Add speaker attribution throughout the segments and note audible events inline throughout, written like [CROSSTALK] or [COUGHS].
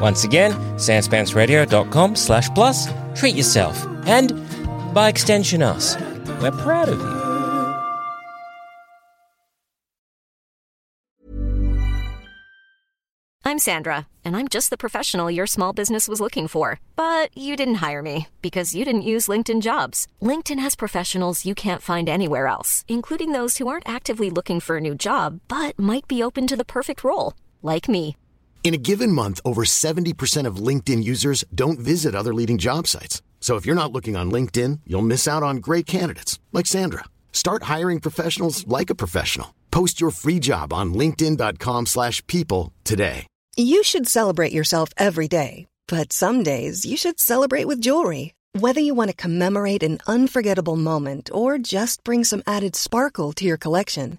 Speaker 1: Once again, sanspantsradio.com slash plus, treat yourself, and by extension us. We're proud of you.
Speaker 2: I'm Sandra, and I'm just the professional your small business was looking for. But you didn't hire me because you didn't use LinkedIn jobs. LinkedIn has professionals you can't find anywhere else, including those who aren't actively looking for a new job but might be open to the perfect role, like me.
Speaker 3: In a given month, over 70% of LinkedIn users don't visit other leading job sites. So if you're not looking on LinkedIn, you'll miss out on great candidates like Sandra. Start hiring professionals like a professional. Post your free job on linkedin.com/people slash people today.
Speaker 4: You should celebrate yourself every day, but some days you should celebrate with jewelry. Whether you want to commemorate an unforgettable moment or just bring some added sparkle to your collection,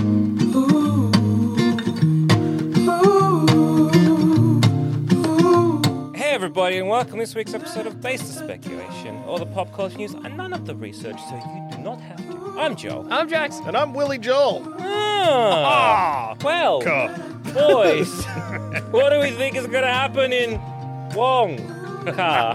Speaker 1: Hey everybody and welcome to this week's episode of Baseless Speculation, all the pop culture news and none of the research, so you do not have to. I'm Joel.
Speaker 5: I'm Jackson. And I'm Willie Joel.
Speaker 1: Ah, well,
Speaker 5: [LAUGHS]
Speaker 1: boys, what do we think is going to happen in
Speaker 5: [LAUGHS]
Speaker 1: Wong? Ka?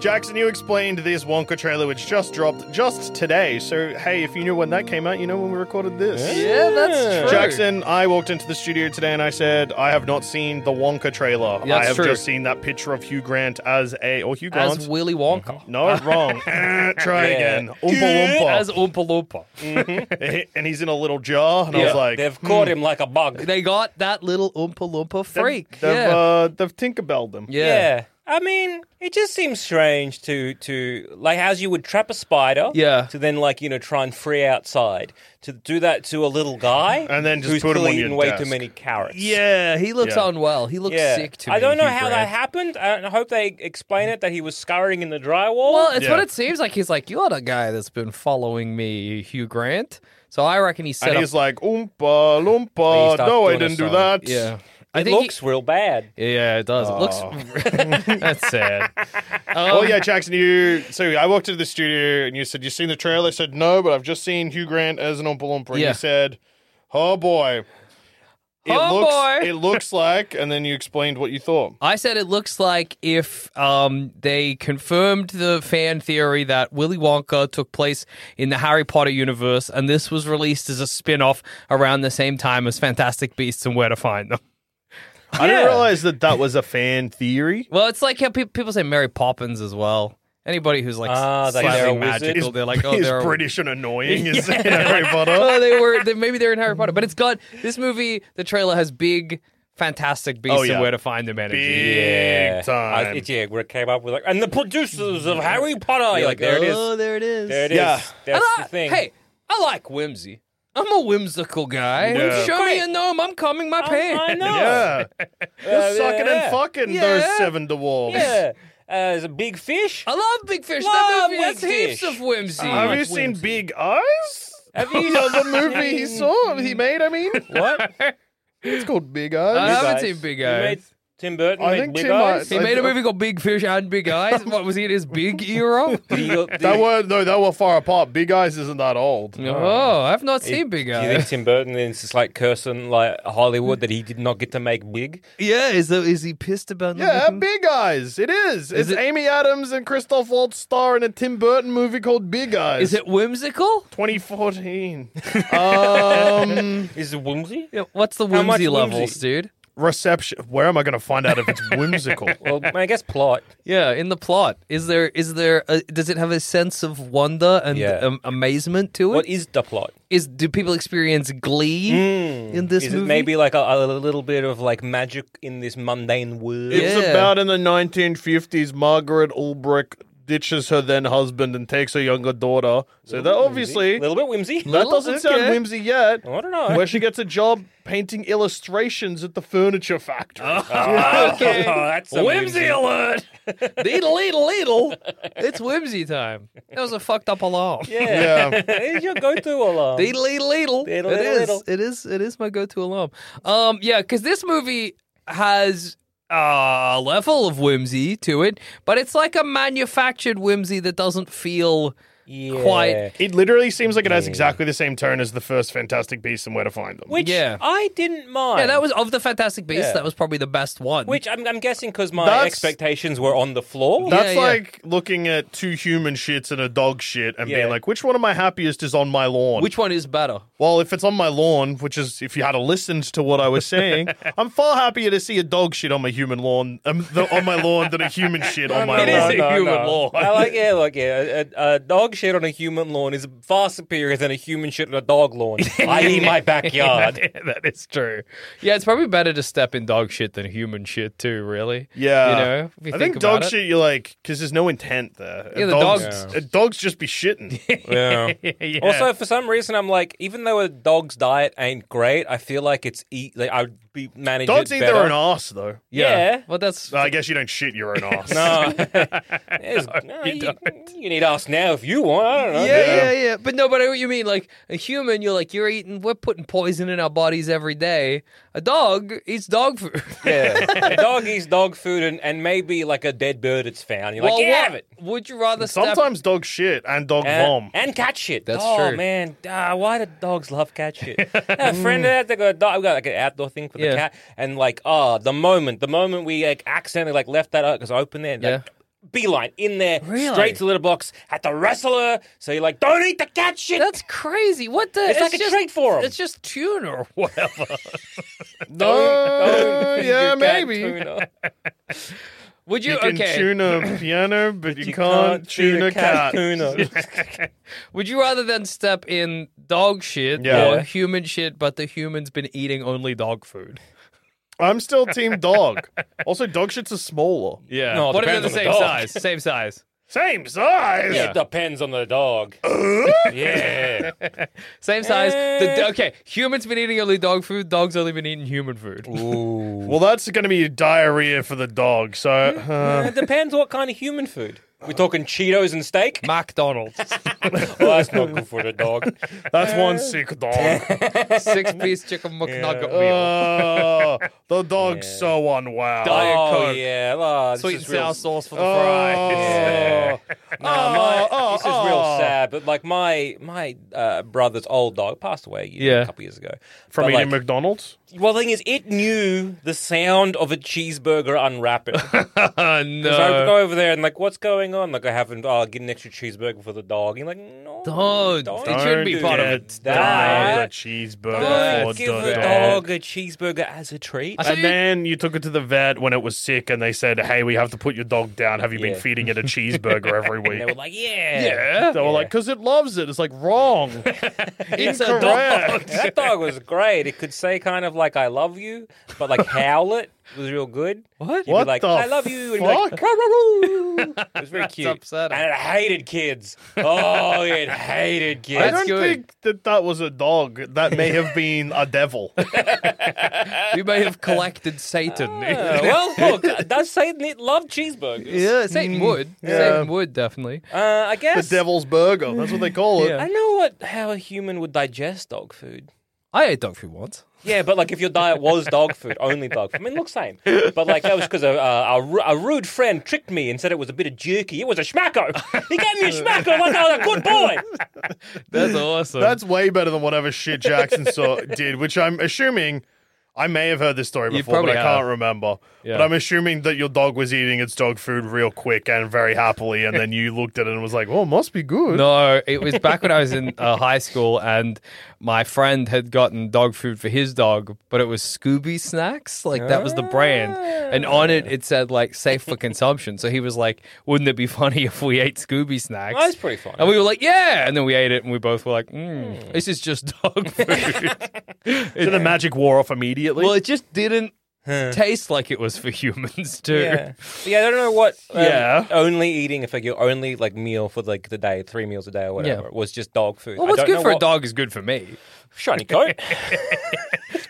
Speaker 5: Jackson, you explained this Wonka trailer which just dropped just today. So, hey, if you knew when that came out, you know when we recorded this.
Speaker 6: Yeah,
Speaker 1: Hmm.
Speaker 6: that's true.
Speaker 5: Jackson, I walked into the studio today and I said, I have not seen the Wonka trailer.
Speaker 6: Yeah,
Speaker 5: I
Speaker 6: that's
Speaker 5: have
Speaker 6: true.
Speaker 5: just seen that picture of Hugh Grant as a, or Hugh Grant. Mm-hmm.
Speaker 6: As Willy Wonka. [LAUGHS]
Speaker 5: no, wrong. [LAUGHS] Eh, Try again. Oompa Loompa.
Speaker 6: As Oompa Loompa. [LAUGHS]
Speaker 5: and he's in a [LAUGHS] little jar. And I was
Speaker 6: Yeah,
Speaker 5: like,
Speaker 1: They've caught him like a bug.
Speaker 6: They got that little Oompa Loompa freak.
Speaker 5: they've,
Speaker 6: yeah.
Speaker 5: uh, they've Tinkerbelled him.
Speaker 6: yeah. yeah.
Speaker 1: Yeah. I mean, it just seems strange to to like as you would trap a spider,
Speaker 6: Yeah.
Speaker 1: to then like you know try and free outside to do that to a little guy,
Speaker 5: And then just
Speaker 1: who's
Speaker 5: put him
Speaker 1: clearly
Speaker 5: on your
Speaker 1: eaten way too
Speaker 5: desk.
Speaker 1: many carrots.
Speaker 6: he looks
Speaker 5: Yeah.
Speaker 6: unwell. He looks
Speaker 1: yeah.
Speaker 6: sick to me.
Speaker 1: I don't know
Speaker 6: Hugh
Speaker 1: how that
Speaker 6: Grant.
Speaker 1: happened. and I hope they explain it that he was scurrying in the drywall.
Speaker 6: Well, it's
Speaker 5: Yeah.
Speaker 6: what it seems like. He's like, you're the guy that's been following me, Hugh Grant. So I reckon he set
Speaker 5: And
Speaker 6: up.
Speaker 5: he's like, Oompa Loompa.
Speaker 6: start
Speaker 5: No, I
Speaker 6: doing a
Speaker 5: didn't do
Speaker 6: song.
Speaker 5: that.
Speaker 6: Yeah. I
Speaker 1: it
Speaker 6: think he-
Speaker 1: looks real bad.
Speaker 6: yeah, it does. It looks. [LAUGHS] that's sad.
Speaker 5: Oh
Speaker 6: [LAUGHS]
Speaker 5: yeah, Jackson. You so I walked into the studio and you said you seen the trailer. I said no, but I've just seen Hugh Grant as an Oompa Loompa. And
Speaker 6: Yeah.
Speaker 5: You said, oh boy, it
Speaker 6: Oh,
Speaker 5: looks
Speaker 6: boy.
Speaker 5: it
Speaker 6: [LAUGHS]
Speaker 5: looks like, and then you explained what you thought.
Speaker 6: I said it looks like if um, they confirmed the fan theory that Willy Wonka took place in the Harry Potter universe and this was released as a spin off around the same time as Fantastic Beasts and Where to Find Them. [LAUGHS]
Speaker 5: I
Speaker 1: didn't Yeah.
Speaker 5: realize that that was a fan theory.
Speaker 6: Well, it's like how pe- people say Mary Poppins as well. Anybody who's like
Speaker 1: Ah, that they're a
Speaker 6: slightly
Speaker 1: wizard.
Speaker 6: magical, they're
Speaker 5: [LAUGHS]
Speaker 6: like, oh,
Speaker 5: He's
Speaker 6: they're a-
Speaker 5: British and annoying. Is Harry Potter?
Speaker 6: [LAUGHS] Oh, they were. They, maybe they're in Harry Potter, but it's got this movie. The trailer has big, fantastic beasts
Speaker 5: Oh, yeah.
Speaker 6: and where to find them energy.
Speaker 5: Big
Speaker 1: I-
Speaker 5: time.
Speaker 1: it, yeah, we came up with like, and the producers of Harry Potter. You're
Speaker 6: You're
Speaker 1: like, there it is,
Speaker 6: Oh, there it is.
Speaker 1: there it is.
Speaker 5: Yeah.
Speaker 1: That's
Speaker 6: I
Speaker 1: the
Speaker 6: li-
Speaker 1: thing.
Speaker 6: Hey, I like whimsy. I'm a whimsical guy.
Speaker 5: Yeah.
Speaker 6: Show me a gnome, I'm coming my
Speaker 1: I,
Speaker 6: pants.
Speaker 1: I know.
Speaker 5: Yeah, you're
Speaker 1: Uh,
Speaker 5: sucking
Speaker 1: yeah.
Speaker 5: and fucking
Speaker 6: Yeah.
Speaker 5: those seven dwarves.
Speaker 1: Yeah. [LAUGHS] Uh, there's a big
Speaker 5: [LAUGHS]
Speaker 1: fish.
Speaker 6: I love Big Fish.
Speaker 1: Love
Speaker 6: that movie has
Speaker 1: Big
Speaker 6: heaps
Speaker 1: Fish.
Speaker 6: of whimsy.
Speaker 5: Have you seen Big Eyes?
Speaker 1: Have you-
Speaker 5: the movie
Speaker 1: [LAUGHS]
Speaker 5: Mm. [LAUGHS] he saw, he made? I mean,
Speaker 1: What?
Speaker 5: it's called Big
Speaker 6: I
Speaker 5: Eyes.
Speaker 6: haven't
Speaker 1: Eyes.
Speaker 5: Uh,
Speaker 6: seen Big eh?
Speaker 1: You made
Speaker 6: Eyes.
Speaker 1: Tim Burton
Speaker 5: I
Speaker 1: made
Speaker 5: think
Speaker 1: Big
Speaker 5: Tim
Speaker 1: Eyes.
Speaker 6: He
Speaker 5: I-
Speaker 6: made a movie called Big Fish and Big Eyes. What was he in
Speaker 1: [LAUGHS]
Speaker 6: his big era?
Speaker 1: Do you, do,
Speaker 5: That
Speaker 1: you-
Speaker 5: were no, they were far apart. Big Eyes isn't that old.
Speaker 6: Oh, I've not seen Big
Speaker 1: do you
Speaker 6: Eyes.
Speaker 1: think Tim Burton is just like cursing like Hollywood that he did not get to make big?
Speaker 6: Yeah, is the, is he pissed about? not
Speaker 5: Yeah,
Speaker 6: making-
Speaker 5: Big Eyes. It is. it's
Speaker 6: it-
Speaker 5: Amy Adams and Christoph Waltz star in a Tim Burton movie called Big Eyes.
Speaker 6: Is it whimsical?
Speaker 5: 2014? um,
Speaker 1: Is it whimsy?
Speaker 6: Yeah, What's the
Speaker 1: How much
Speaker 6: whimsy
Speaker 1: whimsy?
Speaker 6: levels, dude?
Speaker 5: reception. Where am I going to find out if
Speaker 6: [LAUGHS]
Speaker 5: it's whimsical?
Speaker 1: Well, I guess plot.
Speaker 6: Yeah, in the plot, is there is there a, does it have a sense of wonder and
Speaker 1: Yeah.
Speaker 6: um, amazement to
Speaker 1: What
Speaker 6: it?
Speaker 1: is the plot?
Speaker 6: Is do people experience glee in this
Speaker 1: Mm. Is
Speaker 6: movie?
Speaker 1: it
Speaker 6: [LAUGHS]
Speaker 1: maybe like a, a little bit of like magic in this mundane world?
Speaker 5: It's
Speaker 6: Yeah.
Speaker 5: about in the 1950s. Margaret Ulbrich ditches her then husband and takes her younger daughter. So that obviously
Speaker 1: a little bit [LAUGHS] whimsy.
Speaker 5: that doesn't sound
Speaker 6: okay.
Speaker 5: whimsy yet.
Speaker 1: I don't know.
Speaker 5: Where she gets a job painting illustrations at the furniture factory. [LAUGHS]
Speaker 1: okay. Oh, that's some [LAUGHS]
Speaker 6: Whimsy
Speaker 1: alert.
Speaker 6: Leedle, leedle, leedle. It's whimsy time. That was a fucked up alarm.
Speaker 5: yeah.
Speaker 1: It's your go-to alarm.
Speaker 6: Deedle, leedle,
Speaker 1: Deedle,
Speaker 6: leedle. It
Speaker 1: deedle,
Speaker 6: is.
Speaker 1: leedle.
Speaker 6: It is. It is my go-to alarm. Um, yeah, because this movie has a level of whimsy to it, but it's like a manufactured whimsy that doesn't feel
Speaker 1: Yeah.
Speaker 6: quite.
Speaker 5: It literally seems like it has exactly the same tone as the first Fantastic Beasts and Where to Find Them.
Speaker 1: Which
Speaker 6: Yeah.
Speaker 1: I didn't mind.
Speaker 6: Yeah, that was of the Fantastic Beasts.
Speaker 1: Yeah.
Speaker 6: That was probably the best one.
Speaker 1: Which I'm, I'm guessing because my
Speaker 5: That's-
Speaker 1: expectations were on the floor.
Speaker 5: That's
Speaker 6: yeah.
Speaker 5: like looking at two human shits and a dog shit and
Speaker 1: Yeah.
Speaker 5: being like, which one of my happiest is on my lawn?
Speaker 6: which one is better?
Speaker 5: Well, if it's on my lawn, which is if you had listened to what I
Speaker 1: [LAUGHS]
Speaker 5: was saying, I'm far happier to see a dog shit on my human lawn um, the, on my lawn than a human
Speaker 1: [LAUGHS]
Speaker 5: shit on my
Speaker 6: It [LAUGHS]
Speaker 5: lawn.
Speaker 6: is a human lawn.
Speaker 1: I like, yeah, like, yeah, a, a dog shit on a human lawn is far superior than a human shit on a dog
Speaker 6: [LAUGHS]
Speaker 1: lawn, i.e., my backyard.
Speaker 6: that is true. Yeah, it's probably better to step in dog shit than human shit too. Really.
Speaker 5: Yeah,
Speaker 6: You know, if you
Speaker 5: I
Speaker 6: think
Speaker 5: think dog
Speaker 6: about it.
Speaker 5: shit. You're like because there's no intent there.
Speaker 6: Yeah,
Speaker 5: And
Speaker 6: the
Speaker 5: dogs,
Speaker 6: dogs-
Speaker 5: and dogs just be shitting.
Speaker 1: [LAUGHS]
Speaker 6: [LAUGHS]
Speaker 1: Yeah.
Speaker 6: Yeah.
Speaker 1: Also, for some reason, I'm like, even though a dog's diet ain't great, I feel like it's eat. Like I would be managed.
Speaker 5: dogs
Speaker 1: it
Speaker 5: eat
Speaker 1: better.
Speaker 5: their own ass though.
Speaker 1: Yeah.
Speaker 6: Well, that's
Speaker 5: Well, I guess you don't shit your
Speaker 6: [LAUGHS]
Speaker 5: own ass.
Speaker 1: [LAUGHS] No, There's- no, you, you need ask now if you want. I don't know.
Speaker 6: Yeah, yeah, yeah. But no, but I know what you mean. Like a human, you're like you're eating. We're putting poison in our bodies every day. A dog eats
Speaker 5: [LAUGHS]
Speaker 6: dog food.
Speaker 1: [LAUGHS] Yeah. a dog eats dog food, and, and maybe like a dead bird it's found. You're like,
Speaker 6: [LAUGHS] Well,
Speaker 1: yeah,
Speaker 6: what-
Speaker 1: have it.
Speaker 6: Would you rather Step-
Speaker 5: Sometimes dog shit and dog
Speaker 1: And,
Speaker 5: vom.
Speaker 1: and cat shit.
Speaker 6: That's
Speaker 1: oh,
Speaker 6: true.
Speaker 1: man, Ah, why do dogs love cat shit?
Speaker 6: [LAUGHS]
Speaker 1: a friend of that, they got a dog. We got like an outdoor thing for the
Speaker 6: Mm. Yeah.
Speaker 1: cat, and like, oh, the moment, the moment we like accidentally like left that uh, out because open there, like,
Speaker 6: Yeah.
Speaker 1: beeline in there,
Speaker 6: Really?
Speaker 1: straight to the litter box. Had to wrestle her, so you're like, don't eat the cat shit.
Speaker 6: That's crazy. What the?
Speaker 1: It's like a
Speaker 6: just,
Speaker 1: treat for 'em.
Speaker 6: It's just tuna or
Speaker 5: [LAUGHS]
Speaker 6: whatever. [LAUGHS]
Speaker 5: Uh,
Speaker 1: Feed your
Speaker 5: yeah,
Speaker 1: cat
Speaker 5: maybe.
Speaker 1: tuna.
Speaker 6: Would you?
Speaker 5: You can
Speaker 6: okay.
Speaker 5: tune
Speaker 6: [CLEARS THROAT]
Speaker 5: a piano, but you,
Speaker 1: You
Speaker 5: can't,
Speaker 1: feed
Speaker 5: tune a cat. [LAUGHS]
Speaker 1: tuna.
Speaker 6: [LAUGHS] Would you rather then step in dog shit
Speaker 5: Yeah.
Speaker 6: or human shit, but the human's been eating only dog food?
Speaker 5: I'm still team dog. also, dog shits are smaller.
Speaker 6: Yeah.
Speaker 1: No, it
Speaker 6: what if they're the
Speaker 1: depends
Speaker 6: same
Speaker 1: on the dog.
Speaker 6: size? Same size.
Speaker 5: Same size.
Speaker 1: It depends on the
Speaker 5: [LAUGHS]
Speaker 1: dog. yeah.
Speaker 6: Same size. The, okay. Humans been eating only dog food. Dogs only been eating human food.
Speaker 5: Well, that's going to be diarrhea for the dog. So, uh,
Speaker 1: It depends what kind of human food. We're talking Cheetos and steak.
Speaker 5: [LAUGHS]
Speaker 6: McDonald's.
Speaker 1: Well, that's not good for the dog.
Speaker 5: that's
Speaker 6: [LAUGHS]
Speaker 5: one sick dog.
Speaker 6: six piece chicken McNugget
Speaker 5: Oh,
Speaker 6: meal.
Speaker 5: Uh, the dog's so unwell.
Speaker 6: Diet
Speaker 1: oh
Speaker 6: Coke.
Speaker 1: yeah, oh, this
Speaker 6: Sweet and
Speaker 1: is
Speaker 6: sour
Speaker 1: real-
Speaker 6: sauce for the
Speaker 5: Oh,
Speaker 6: fries.
Speaker 1: No, my,
Speaker 5: oh,
Speaker 1: this is real
Speaker 5: oh.
Speaker 1: sad. But like my my uh, brother's old dog passed away you know,
Speaker 6: Yeah.
Speaker 1: a couple years ago
Speaker 5: From
Speaker 1: But,
Speaker 5: eating
Speaker 1: like,
Speaker 5: McDonald's?
Speaker 1: well, the thing is, it knew the sound of a cheeseburger unwrapping. so
Speaker 6: Uh,
Speaker 1: I would
Speaker 6: no.
Speaker 1: go over there and like, what's going on? Like, I haven't. Oh, I'll get an extra cheeseburger for the dog. And you're like, no,
Speaker 6: Don't. It shouldn't be
Speaker 1: do
Speaker 6: part of
Speaker 1: that.
Speaker 6: it.
Speaker 5: Diet
Speaker 1: That.
Speaker 5: cheeseburger
Speaker 1: Don't
Speaker 5: for
Speaker 1: give
Speaker 5: the
Speaker 1: a
Speaker 5: dog.
Speaker 1: dog a cheeseburger as a treat. [LAUGHS]
Speaker 6: I saw
Speaker 5: And
Speaker 6: you,
Speaker 5: then you took it to the vet when it was sick, and they said, "Hey, we have to put your dog down. Have you
Speaker 1: Yeah.
Speaker 5: been
Speaker 1: [LAUGHS]
Speaker 5: feeding it a cheeseburger every week?"
Speaker 1: They were like, yeah,
Speaker 5: They were like, "Cause it loves it." It's like wrong.
Speaker 6: it's a dog.
Speaker 1: [LAUGHS]
Speaker 5: Incorrect.
Speaker 1: that dog was great. It could say kind of like "I love you," but like howl it was real good.
Speaker 6: What?
Speaker 1: You'd be
Speaker 5: What
Speaker 1: like
Speaker 5: the
Speaker 1: I love you. And you'd be like,
Speaker 5: fuck?
Speaker 1: "Rah, rah, rah." It was very cute.
Speaker 6: upsetting.
Speaker 5: [LAUGHS]
Speaker 1: And it hated kids. Oh,
Speaker 6: [LAUGHS]
Speaker 1: it hated
Speaker 5: I
Speaker 1: kids.
Speaker 5: don't
Speaker 6: good.
Speaker 5: think that that was a dog. That may have been a
Speaker 1: [LAUGHS]
Speaker 5: devil.
Speaker 6: You may have collected Satan.
Speaker 5: [LAUGHS]
Speaker 1: Yeah, well, look, does Satan eat love cheeseburgers?
Speaker 6: yeah, Satan would.
Speaker 5: Mm.
Speaker 6: Satan would definitely.
Speaker 1: Uh, I
Speaker 5: the
Speaker 1: guess.
Speaker 5: devil's burger. That's what they call it.
Speaker 1: I know what how a human would digest dog food.
Speaker 6: I ate dog food once.
Speaker 7: Yeah, but like if your diet was
Speaker 6: [LAUGHS]
Speaker 7: dog food, only dog food. I mean, look, same. But like that was because a, a, a, ru- a rude friend tricked me and said it was a bit of jerky. It was a schmacko. He gave me a schmacko like I was a good boy.
Speaker 5: [LAUGHS]
Speaker 6: That's awesome.
Speaker 5: That's way better than whatever shit Jackson
Speaker 6: [LAUGHS]
Speaker 5: saw did, which I'm assuming I may have heard this story
Speaker 6: You
Speaker 5: before, but I
Speaker 6: probably
Speaker 5: can't
Speaker 6: have.
Speaker 5: remember.
Speaker 6: Yeah.
Speaker 5: But I'm assuming that your dog was eating its dog food real quick and very happily, and then you looked at it and was like, "Oh, must be good."
Speaker 6: No, it was back when I was in uh, high school, and my friend had gotten dog food for his dog, but it was Scooby Snacks. Like that was the brand, and
Speaker 5: Ah.
Speaker 6: on it it said like safe for consumption. So he was like, "Wouldn't it be funny [LAUGHS] if we ate Scooby Snacks?"
Speaker 7: That's pretty funny.
Speaker 6: And we were like, "Yeah!" And then we ate it, and we both were like, mm, "This is just dog [LAUGHS] food."
Speaker 5: So the magic wore off immediately.
Speaker 6: well, it just didn't taste like it was for [LAUGHS] humans, too.
Speaker 7: Yeah. yeah, I don't know what. um,
Speaker 6: Yeah.
Speaker 7: Only eating, if like your only like meal for like the day, three meals a day or whatever,
Speaker 6: Yeah.
Speaker 7: was just dog food.
Speaker 6: Well,
Speaker 7: I
Speaker 6: what's
Speaker 7: don't
Speaker 6: good
Speaker 7: know
Speaker 6: for a
Speaker 7: what-
Speaker 6: dog is good for me. [LAUGHS]
Speaker 7: Shiny coat.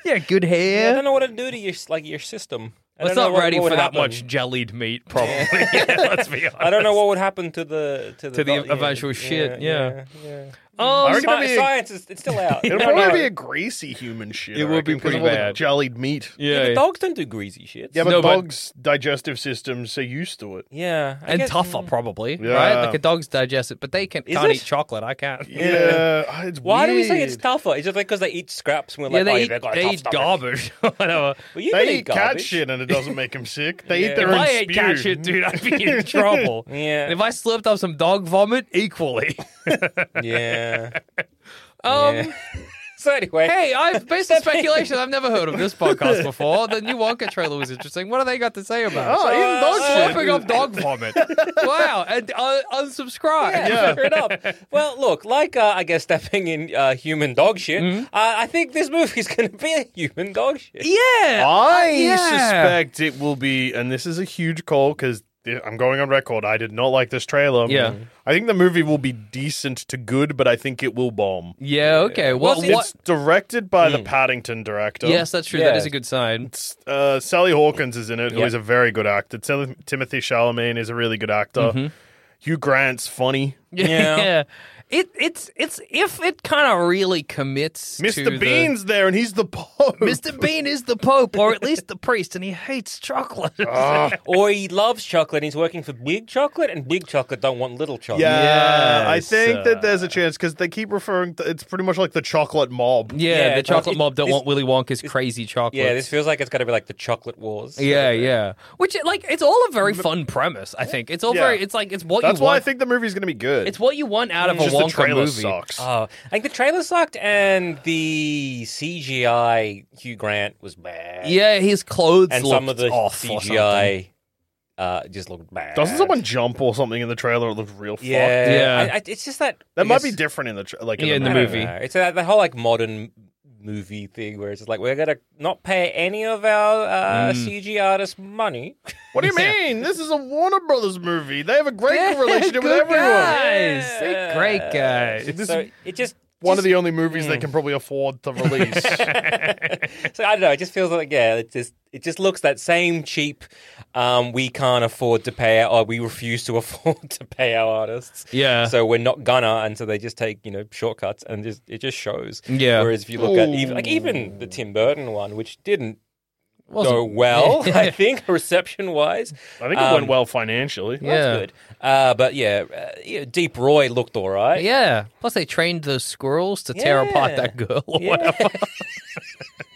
Speaker 6: Yeah, good hair.
Speaker 7: I don't know what it'd do to your like your system. I
Speaker 6: It's
Speaker 7: don't know
Speaker 6: not
Speaker 7: what-
Speaker 6: ready
Speaker 7: what
Speaker 6: for
Speaker 7: would
Speaker 6: that
Speaker 7: happen.
Speaker 6: much jellied [LAUGHS] meat, probably. Yeah, [LAUGHS] let's be honest.
Speaker 7: I don't know what would happen to the to the,
Speaker 6: To the
Speaker 7: dog- yeah,
Speaker 6: eventual shit, yeah.
Speaker 7: yeah. yeah.
Speaker 6: Um,
Speaker 5: reckon it'd
Speaker 7: Sci-
Speaker 5: be-
Speaker 7: science is it's still [LAUGHS]
Speaker 5: [LAUGHS]
Speaker 7: out.
Speaker 5: It'll
Speaker 7: I don't
Speaker 5: probably
Speaker 7: know.
Speaker 5: be a greasy human shit.
Speaker 6: It
Speaker 5: I
Speaker 6: would be
Speaker 5: reckon, 'cause
Speaker 6: pretty
Speaker 5: of all the
Speaker 6: bad.
Speaker 5: jellied meat.
Speaker 7: Yeah,
Speaker 6: yeah.
Speaker 7: but dogs don't do greasy shit.
Speaker 5: Yeah, but
Speaker 6: No, but-
Speaker 5: dogs' digestive systems are used to it.
Speaker 7: yeah, I
Speaker 6: and
Speaker 7: guess-
Speaker 6: tougher, probably.
Speaker 5: Yeah.
Speaker 6: Right? Like a dog's digestive, but they can,
Speaker 7: Is
Speaker 6: can't
Speaker 7: it?
Speaker 6: eat chocolate. I can't. [LAUGHS] Yeah,
Speaker 5: Yeah, it's
Speaker 7: Why do we say
Speaker 5: weird.
Speaker 7: it's tougher? It's just like because they eat scraps. And we're like, oh,
Speaker 6: they,
Speaker 7: they've
Speaker 6: eat,
Speaker 7: got a
Speaker 6: they
Speaker 7: tough
Speaker 6: eat
Speaker 7: stomach.
Speaker 6: garbage. [LAUGHS] Whatever.
Speaker 7: Well, you
Speaker 5: They
Speaker 7: can
Speaker 5: eat,
Speaker 7: eat
Speaker 5: cat
Speaker 7: garbage.
Speaker 5: shit and it doesn't make them sick. They
Speaker 7: Yeah.
Speaker 5: eat their
Speaker 6: If
Speaker 5: own
Speaker 6: I ate
Speaker 5: spew.
Speaker 6: cat shit, dude, I'd be in trouble. [LAUGHS]
Speaker 7: Yeah.
Speaker 6: And if I slurped up some dog vomit, equally.
Speaker 7: Yeah.
Speaker 6: Um,
Speaker 7: yeah. so anyway,
Speaker 6: Hey, I've based on speculation. I've never heard of this podcast before. The new Wonka trailer was interesting. What have they got to say about it?
Speaker 5: Oh, eating dog shit.
Speaker 6: Slurping up
Speaker 5: [LAUGHS]
Speaker 6: dog vomit. Wow. And uh, unsubscribe.
Speaker 7: Yeah, [LAUGHS] fair enough. Well, look, like uh, I guess stepping in uh, human dog shit,
Speaker 5: Mm-hmm.
Speaker 7: uh, I think this movie's [LAUGHS] going to be a human dog shit.
Speaker 6: Yeah. Uh,
Speaker 5: I
Speaker 6: yeah.
Speaker 5: suspect it will be, and this is a huge call because I'm going on record. I did not like this trailer.
Speaker 6: Yeah.
Speaker 5: I think the movie will be decent to good, but I think it will bomb.
Speaker 6: Yeah. Okay. Well,
Speaker 7: Wasn't
Speaker 6: what? Hmm.
Speaker 5: It's directed by the Paddington director.
Speaker 6: Yes, that's true. That
Speaker 7: Yeah.
Speaker 6: is a good sign. [LAUGHS]
Speaker 5: It's, uh, Sally Hawkins is in it, who is
Speaker 7: Yeah.
Speaker 5: a very good actor. Tim- Timothy Chalamet is a really good actor.
Speaker 6: Mm-hmm.
Speaker 5: Hugh Grant's funny.
Speaker 7: Yeah.
Speaker 6: It it's it's if it kind of really commits. to
Speaker 5: Mr.
Speaker 6: the-
Speaker 5: Bean's there, and he's the Pope.
Speaker 6: Mr. Bean is the Pope, or at least the priest, and he hates chocolate.
Speaker 7: Or he loves chocolate and he's working for big chocolate, and big chocolate don't want little chocolate.
Speaker 5: [LAUGHS] Yeah, I
Speaker 6: Yes,
Speaker 5: think
Speaker 6: uh,
Speaker 5: that there's a chance because they keep referring. To, it's pretty much like the chocolate mob.
Speaker 6: yeah,
Speaker 7: Yeah,
Speaker 6: the
Speaker 7: it-
Speaker 6: chocolate
Speaker 7: it-
Speaker 6: mob don't
Speaker 7: this-
Speaker 6: want Willy Wonka's crazy chocolate.
Speaker 7: Yeah, this feels like it's got to be like the chocolate wars.
Speaker 6: yeah, yeah. Which like it's all a very fun premise. I think it's all
Speaker 5: Yeah.
Speaker 6: very. It's like it's what
Speaker 5: That's
Speaker 6: you
Speaker 5: why
Speaker 6: want.
Speaker 5: I think the movie's gonna be good.
Speaker 6: it's what you want out of a
Speaker 5: just
Speaker 6: Wonka
Speaker 5: the trailer
Speaker 6: movie.
Speaker 5: sucks.
Speaker 7: Oh, I think the trailer sucked, and the CGI Hugh Grant was bad.
Speaker 6: Yeah, his clothes
Speaker 7: and
Speaker 6: looked
Speaker 7: some of the
Speaker 6: off or something.
Speaker 7: CGI uh, just looked bad.
Speaker 5: Doesn't someone jump or something in the trailer? It looked real. fucked.
Speaker 7: Yeah,
Speaker 6: Yeah.
Speaker 7: I, I, it's just that
Speaker 5: that
Speaker 7: I
Speaker 5: might
Speaker 7: guess-
Speaker 5: be different in the tra- like in
Speaker 6: Yeah,
Speaker 5: the,
Speaker 6: in the
Speaker 7: I
Speaker 5: movie.
Speaker 7: don't
Speaker 6: movie.
Speaker 7: know. It's that, that whole like modern movie thing where it's just like we're gonna not pay any of our uh,
Speaker 5: Mm.
Speaker 7: CG artists money.
Speaker 5: What
Speaker 7: [LAUGHS]
Speaker 5: do you mean? This is a Warner Brothers movie. They have a great relationship with
Speaker 6: Good
Speaker 5: everyone.
Speaker 6: guys. They're great guys.
Speaker 5: This
Speaker 7: so
Speaker 5: is
Speaker 7: it just
Speaker 5: one of
Speaker 7: just- Mm.
Speaker 5: the only movies they can probably afford
Speaker 7: [LAUGHS]
Speaker 5: to release.
Speaker 7: So I don't know. It just feels like yeah. It just it just looks that same cheap. Um, we can't afford to pay, our, or we refuse to [LAUGHS] afford to pay our artists.
Speaker 6: Yeah.
Speaker 7: So we're not gonna, and so they just take you know shortcuts, and just it just shows.
Speaker 6: Yeah.
Speaker 7: Whereas if you look at even like even the Tim Burton one, which didn't
Speaker 6: Wasn't- [LAUGHS]
Speaker 7: go well, I think [LAUGHS] reception wise.
Speaker 5: I think it
Speaker 7: Um,
Speaker 5: went well financially. [LAUGHS]
Speaker 6: Yeah.
Speaker 7: That's good. Uh, but yeah, uh, yeah, Deep Roy looked all right.
Speaker 6: Yeah. Plus, they trained those squirrels to tear apart
Speaker 7: Yeah.
Speaker 6: that girl [LAUGHS] or
Speaker 7: Yeah.
Speaker 6: whatever.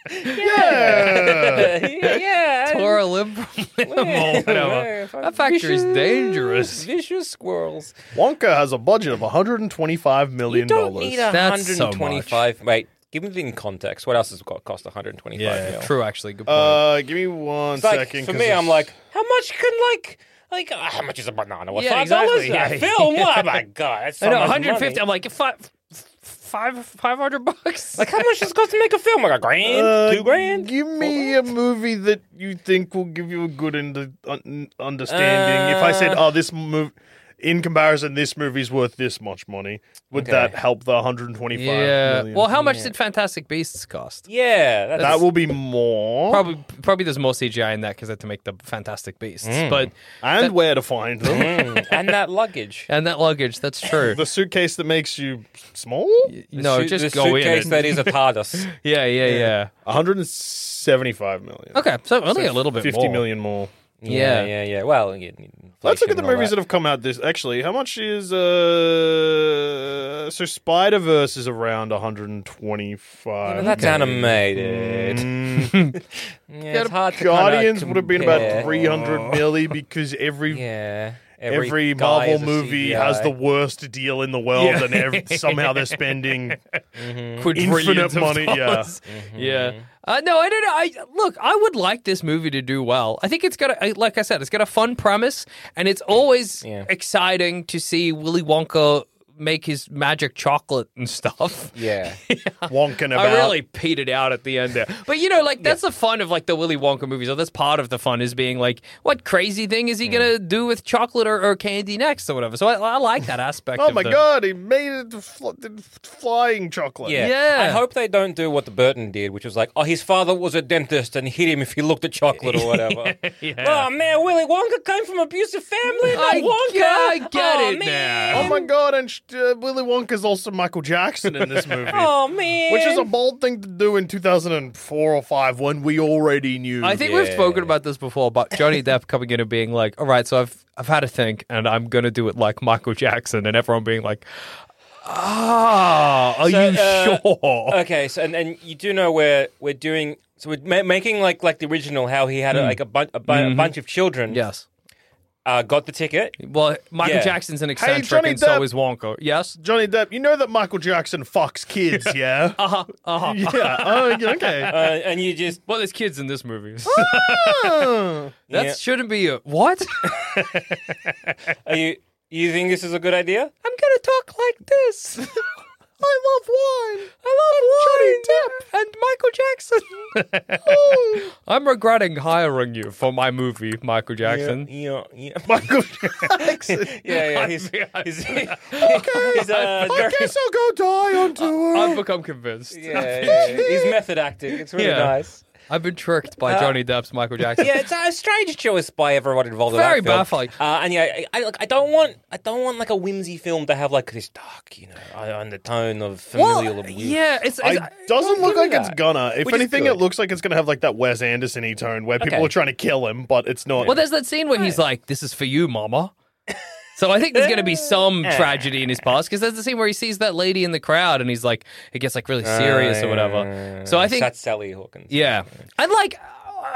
Speaker 5: Yeah.
Speaker 7: [LAUGHS] yeah.
Speaker 6: Tore a limb from them or
Speaker 5: Oh,
Speaker 7: [LAUGHS]
Speaker 6: whatever. That factory is dangerous.
Speaker 7: Vicious squirrels.
Speaker 5: Wonka has a budget of 125
Speaker 7: You
Speaker 5: million
Speaker 7: don't
Speaker 5: dollars.
Speaker 7: need a
Speaker 6: That's so
Speaker 7: 125. Wait, give me the in context. What else has it got cost 125
Speaker 5: Yeah,
Speaker 7: mil?
Speaker 6: True, actually. Good point.
Speaker 5: Uh, give me one
Speaker 7: It's like,
Speaker 5: second,
Speaker 7: for
Speaker 5: 'cause
Speaker 7: me,
Speaker 5: it's-
Speaker 7: I'm like, how much can like like uh, how much is a banana? What
Speaker 6: Yeah,
Speaker 7: five dollars?
Speaker 6: exactly. [LAUGHS]
Speaker 7: A
Speaker 6: Yeah.
Speaker 7: film? [LAUGHS] Oh my god, that's so
Speaker 6: I know,
Speaker 7: much
Speaker 6: 150. [LAUGHS]
Speaker 7: money.
Speaker 6: I'm like, five, five, 500 bucks?
Speaker 7: Like how much does it cost to make a film? Like a grand,
Speaker 5: Uh,
Speaker 7: two grand?
Speaker 5: Give
Speaker 7: [LAUGHS]
Speaker 5: me a movie that
Speaker 6: Uh,
Speaker 5: you think will give you a good under, un, understanding. if I said, "Oh, this movie," in comparison, this movie's worth this much money. Would that help the 125 million?
Speaker 6: [LAUGHS] Yeah. Well, how much did Fantastic Beasts cost?
Speaker 1: Yeah, that's,
Speaker 5: that will be more.
Speaker 6: Probably, probably there's more CGI in that because they had to make the Fantastic Beasts.
Speaker 5: Mm.
Speaker 6: But
Speaker 5: and where to find them.
Speaker 1: Mm, and that luggage.
Speaker 6: and that luggage, that's true.
Speaker 5: the suitcase that makes you small?
Speaker 1: The
Speaker 6: no,
Speaker 1: suit-
Speaker 6: just
Speaker 1: the
Speaker 6: go in.
Speaker 1: suitcase
Speaker 6: it.
Speaker 1: that is a TARDIS.
Speaker 6: [LAUGHS] yeah, yeah, yeah.
Speaker 5: 175 million.
Speaker 6: Okay, so only
Speaker 5: So
Speaker 6: a little bit
Speaker 5: 50
Speaker 6: more.
Speaker 5: million more.
Speaker 1: yeah,
Speaker 6: Yeah.
Speaker 1: yeah, yeah. Well, you- inflation
Speaker 5: Let's look at the
Speaker 1: and all
Speaker 5: movies that. have come out this. Actually, how much is uh? So Spider Verse is around 125.
Speaker 1: But that's
Speaker 5: Mm.
Speaker 1: animated. yeah, it's hard to kinda
Speaker 5: Guardians would have been
Speaker 1: compare.
Speaker 5: about 300 milli because every
Speaker 1: Yeah.
Speaker 5: every,
Speaker 1: guy
Speaker 5: Marvel
Speaker 1: is a
Speaker 5: movie
Speaker 1: CGI.
Speaker 5: has the worst deal in the world, and ev- somehow they're [LAUGHS] spending.
Speaker 6: Quadrillions
Speaker 5: Infinite
Speaker 6: of
Speaker 5: money, yeah.
Speaker 6: dollars. yeah. Uh, no, I don't know. I look, I would like this movie to do well. I think it's got, a, I- like I said, it's got a fun premise, and it's always
Speaker 1: Yeah.
Speaker 6: exciting to see Willy Wonka make his magic chocolate and stuff.
Speaker 1: Yeah.
Speaker 5: wonking about.
Speaker 6: I really petered out at the end there, but you know, like that's the fun of like the Willy Wonka movies. Or that's part of the fun is being like, what crazy thing is he gonna do with chocolate or, or candy next or whatever. So I, I like that aspect.
Speaker 5: Oh
Speaker 6: of
Speaker 5: my
Speaker 6: the-
Speaker 5: god, he made it to fl- to flying chocolate.
Speaker 1: Yeah.
Speaker 6: Yeah.
Speaker 1: I hope they don't do what the Burton did, which was like, oh, his father was a dentist and hit him if he looked at chocolate or
Speaker 6: [LAUGHS]
Speaker 1: whatever. Oh, man, Willy Wonka came from abusive family. not
Speaker 6: [LAUGHS] I-
Speaker 1: Wonka.
Speaker 6: yeah, I get
Speaker 1: oh,
Speaker 6: it
Speaker 1: man.
Speaker 5: Oh my god, and sh- uh, Willy Wonka's also Michael Jackson in this movie.
Speaker 1: Oh, man.
Speaker 5: Which is a bold thing to do in 2004 or 5 when we already knew.
Speaker 6: I think we've spoken about this before, but Johnny Depp coming in and being like, "All right, so I've I've had a think, and I'm gonna do it like Michael Jackson," and everyone being like, "Ah, are
Speaker 1: So,
Speaker 6: you
Speaker 1: uh,
Speaker 6: sure?"
Speaker 1: Okay, so and, and you do know where we're doing. So we're ma- making like like the original, how he
Speaker 7: Hmm.
Speaker 1: had a, like a, bun- a, bu- a
Speaker 7: Mm-hmm.
Speaker 1: bunch of children.
Speaker 6: yes.
Speaker 1: uh, got the ticket.
Speaker 6: Well, Michael
Speaker 1: Yeah.
Speaker 6: Jackson's an eccentric,
Speaker 5: Johnny
Speaker 6: and so
Speaker 5: Depp.
Speaker 6: is Wonka. Yes.
Speaker 5: Johnny Depp, you know that Michael Jackson fucks kids,
Speaker 1: [LAUGHS]
Speaker 5: yeah?
Speaker 6: Uh
Speaker 1: Uh-huh,
Speaker 6: huh. Uh huh.
Speaker 5: [LAUGHS] yeah. Oh, yeah, okay.
Speaker 1: Uh, and you just
Speaker 6: Well, there's kids in this movie.
Speaker 1: [LAUGHS]
Speaker 5: Oh.
Speaker 6: Ah. that
Speaker 1: Yeah.
Speaker 6: shouldn't be a what.
Speaker 1: are you you think this is a good idea?
Speaker 6: I'm gonna talk like [LAUGHS] this. I love wine. I love wine. Johnny Depp and Michael [LAUGHS] Jackson. Oh. I'm regretting hiring you for my movie, Michael Jackson.
Speaker 1: Yeah, yeah,
Speaker 5: Michael Jackson.
Speaker 1: yeah. yeah
Speaker 7: [LAUGHS]
Speaker 1: he's, he's, [LAUGHS] he's, uh,
Speaker 5: I
Speaker 1: very-
Speaker 5: guess I'll go die on tour.
Speaker 6: I've become convinced.
Speaker 1: yeah, yeah,
Speaker 6: [LAUGHS]
Speaker 1: he's method acting. It's really
Speaker 6: Yeah.
Speaker 1: nice.
Speaker 6: I've been tricked by Johnny Depp's Michael Jackson.
Speaker 1: Yeah, it's a strange choice by everyone involved. in
Speaker 6: Very
Speaker 1: that film.
Speaker 6: baffling.
Speaker 1: Uh, and yeah, I, I, like, I don't want I don't want like a whimsy film to have like this dark, you know, uh, undertone of
Speaker 6: Well,
Speaker 1: familial and weird.
Speaker 6: yeah, it's, it's
Speaker 5: I doesn't look like it's gonna. If
Speaker 1: Which is
Speaker 5: anything,
Speaker 1: good.
Speaker 5: it looks like it's gonna have like that Wes Anderson tone where people
Speaker 1: Okay.
Speaker 5: are trying to kill him, but it's not.
Speaker 6: well. There's that scene where he's like, "This is for you, Mama." So I think there's
Speaker 1: [LAUGHS]
Speaker 6: going to be some tragedy in his past because there's the scene where he sees that lady in the crowd and he's like, it gets like really serious or whatever. So I think
Speaker 1: Uh, that's Sally Hawkins.
Speaker 6: Yeah, and like.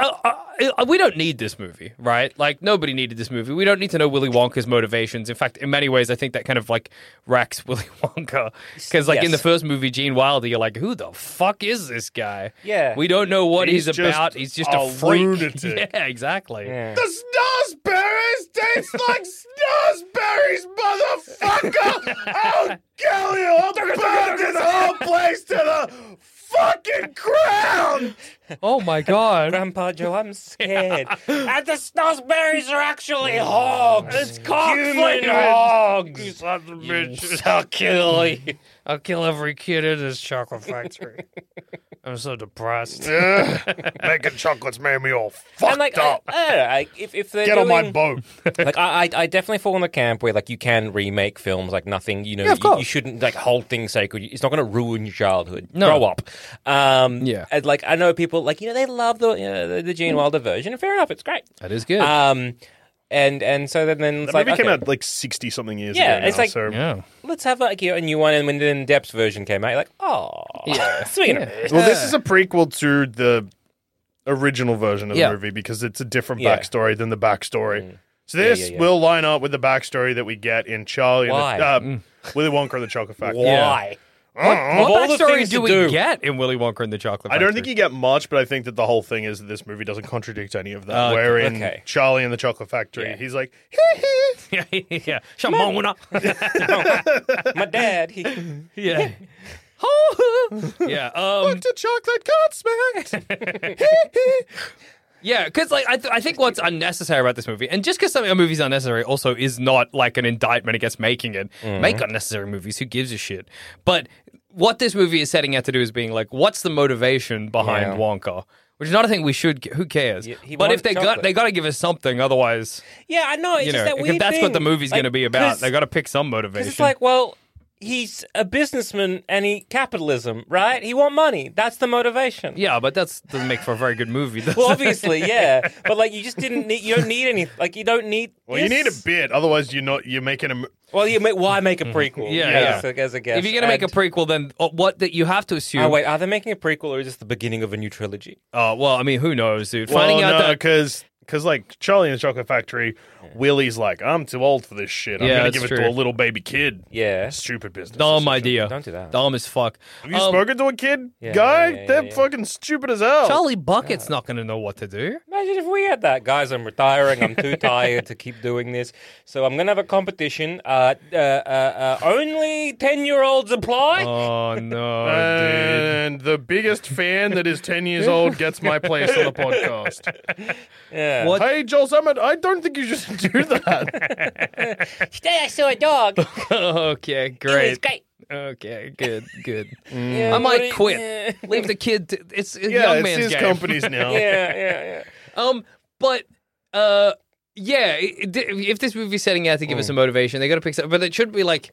Speaker 6: Uh, uh, uh, we don't need this movie, right? Like nobody needed this movie. We don't need to know Willy Wonka's motivations. In fact, in many ways, I think that kind of like wrecks [LAUGHS] Willy Wonka because, like in
Speaker 1: Yes.
Speaker 6: the first movie, Gene Wilder, you're like, who the fuck is this guy?
Speaker 1: Yeah.
Speaker 6: we don't know what he's,
Speaker 5: He's just
Speaker 6: about. He's just
Speaker 5: a
Speaker 6: a, freak. [LAUGHS]
Speaker 5: lunatic.
Speaker 6: Yeah, exactly.
Speaker 1: Yeah.
Speaker 5: The snozberries taste like snozberries, motherfucker! I'll kill you! I'll burn this whole place to the fucking ground!
Speaker 6: Oh my god.
Speaker 1: Grandpa Joe, I'm scared.
Speaker 6: [LAUGHS]
Speaker 1: and the snozberries are actually hogs. It's
Speaker 5: Human
Speaker 1: hogs.
Speaker 5: You son of a bitch.
Speaker 1: I'll [LAUGHS] kill you.
Speaker 6: e, I'll kill every kid in this
Speaker 1: [LAUGHS]
Speaker 6: chocolate factory. I'm so depressed.
Speaker 5: Ugh, [LAUGHS] Making chocolates made me all fucked
Speaker 1: And like, I,
Speaker 5: up.
Speaker 1: I don't know, like, if if they're
Speaker 5: Get on
Speaker 1: doing,
Speaker 5: my
Speaker 1: [LAUGHS]
Speaker 5: boat.
Speaker 1: like, I, I I definitely fall in the camp where like you can remake films like nothing. You know,
Speaker 6: of
Speaker 1: you- you,
Speaker 6: course.
Speaker 1: shouldn't like hold things sacred. It's not going to ruin your childhood. Grow up. Um,
Speaker 6: Yeah. Mm.
Speaker 1: And like I know people like you know they love the you know, the, the Gene Wilder version. Fair enough, it's great.
Speaker 6: That is good.
Speaker 1: Um, and and so then then it's
Speaker 5: That
Speaker 1: like
Speaker 5: movie came
Speaker 1: okay.
Speaker 5: out like 60 something years
Speaker 1: Yeah,
Speaker 5: ago.
Speaker 1: it's
Speaker 5: now,
Speaker 1: like-
Speaker 5: so-
Speaker 6: yeah.
Speaker 1: let's have like you know, a new one. And when then Depp's version came out, you're like, oh, [LAUGHS] yeah. speaking of it.
Speaker 5: Well, this is a prequel to the original version of
Speaker 6: Yeah.
Speaker 5: the movie because it's a different
Speaker 1: Yeah. Mm.
Speaker 5: backstory than the backstory. So this
Speaker 1: yeah, yeah.
Speaker 5: will line up with the backstory that we get in Charlie
Speaker 1: Why?
Speaker 5: and the, uh, Willy Wonka and the Chocolate Factory.
Speaker 1: why?
Speaker 5: I
Speaker 1: Of all
Speaker 6: What
Speaker 1: the
Speaker 6: backstory
Speaker 1: things
Speaker 6: do
Speaker 1: to
Speaker 6: we
Speaker 1: do-
Speaker 6: get in Willy Wonka and the Chocolate?
Speaker 5: don't
Speaker 6: Factory?
Speaker 5: think you get much, but I think that the whole thing is that this movie doesn't contradict any of that.
Speaker 6: Okay.
Speaker 5: Where in
Speaker 1: Uh, Okay.
Speaker 5: Charlie and the Chocolate Factory,
Speaker 1: Yeah.
Speaker 5: he's like,
Speaker 6: [LAUGHS] yeah, yeah. Shimona.
Speaker 1: [LAUGHS] My dad, he, [LAUGHS]
Speaker 6: yeah. [LAUGHS] yeah. Um,
Speaker 1: [LAUGHS]
Speaker 5: "To chocolate got smacked."
Speaker 6: Yeah, because like I, th- I think what's unnecessary about this movie, and just because something a movie's unnecessary, also is not like an indictment against making it.
Speaker 7: Mm-hmm.
Speaker 6: Make unnecessary movies. Who gives a shit? But what this movie is setting out to do is being like, what's the motivation behind
Speaker 7: Yeah.
Speaker 6: Wonka? Which is not a thing we should. g- Who cares?
Speaker 7: he
Speaker 6: but
Speaker 7: wants
Speaker 6: if they got,
Speaker 7: chocolate.
Speaker 6: they got to give us something. Otherwise,
Speaker 7: Yeah, I know. It's
Speaker 6: you
Speaker 7: just
Speaker 6: know,
Speaker 7: that
Speaker 6: if
Speaker 7: weird
Speaker 6: that's
Speaker 7: thing.
Speaker 6: what the movie's
Speaker 7: Like,
Speaker 6: going to be about,
Speaker 7: 'cause-
Speaker 6: they got to pick some motivation.
Speaker 7: Because it's like, well, he's a businessman and he capitalism, right? He want money. That's the motivation.
Speaker 6: yeah, but that doesn't make for a very good movie. does
Speaker 7: Well,
Speaker 6: it?
Speaker 7: obviously, yeah. But like, you just didn't need. You don't need any. Like, you don't need.
Speaker 5: Well, you need a
Speaker 7: this.
Speaker 5: bit, otherwise you're not. You're making a. m-
Speaker 7: Well, you make, why make a prequel?
Speaker 6: Mm-hmm. Yeah,
Speaker 7: I
Speaker 6: yeah.
Speaker 7: guess, like, as a guess.
Speaker 6: if you're going to make a
Speaker 7: And-
Speaker 6: prequel, then uh, what that you have to assume.
Speaker 7: Oh wait, are they making a prequel or is this the beginning of a new trilogy?
Speaker 6: Oh, well, I mean, who knows, dude? Finding
Speaker 5: well,
Speaker 6: out
Speaker 5: no,
Speaker 6: that
Speaker 5: because because like Charlie and the Chocolate Factory, Willie's like, I'm too old for this shit. I'm
Speaker 6: Yeah,
Speaker 5: gonna
Speaker 6: that's
Speaker 5: give it
Speaker 6: true.
Speaker 5: to a little baby kid.
Speaker 7: Yeah.
Speaker 5: Stupid business.
Speaker 6: dumb idea.
Speaker 7: Don't do that.
Speaker 6: Dumb as fuck.
Speaker 5: Have you
Speaker 6: Um,
Speaker 5: spoken to a kid
Speaker 7: yeah,
Speaker 5: guy?
Speaker 7: yeah, yeah,
Speaker 5: They're
Speaker 7: yeah.
Speaker 5: fucking stupid as hell.
Speaker 6: Charlie Bucket's not going to know what to do.
Speaker 5: [LAUGHS]
Speaker 7: Imagine if we had that, guys. I'm retiring.
Speaker 6: [LAUGHS]
Speaker 7: I'm too tired to keep doing this, so I'm gonna have a competition. Uh, uh, uh, uh, only ten-year-olds apply.
Speaker 6: Oh
Speaker 5: [LAUGHS]
Speaker 6: no, dude.
Speaker 5: And the biggest fan that is 10 years old gets my place on the [LAUGHS] podcast.
Speaker 6: [LAUGHS]
Speaker 7: yeah.
Speaker 6: what-
Speaker 5: Hey, Joel Summit, I don't think you should [LAUGHS] do
Speaker 6: [LAUGHS]
Speaker 5: that.
Speaker 7: Today I saw a dog. It
Speaker 6: okay, great.
Speaker 7: was great.
Speaker 6: Okay, good, good.
Speaker 7: [LAUGHS] Yeah,
Speaker 6: I
Speaker 7: what
Speaker 6: might
Speaker 7: do-
Speaker 6: quit. Leave the kid. To, it's a
Speaker 5: yeah,
Speaker 6: young
Speaker 5: it's
Speaker 6: man's
Speaker 5: his
Speaker 6: game.
Speaker 5: companies
Speaker 6: [LAUGHS]
Speaker 5: now.
Speaker 7: Yeah, yeah, yeah.
Speaker 6: Um, but uh, yeah, it, it- if this movie's setting out to give us a motivation, they got to pick something. But it should be like,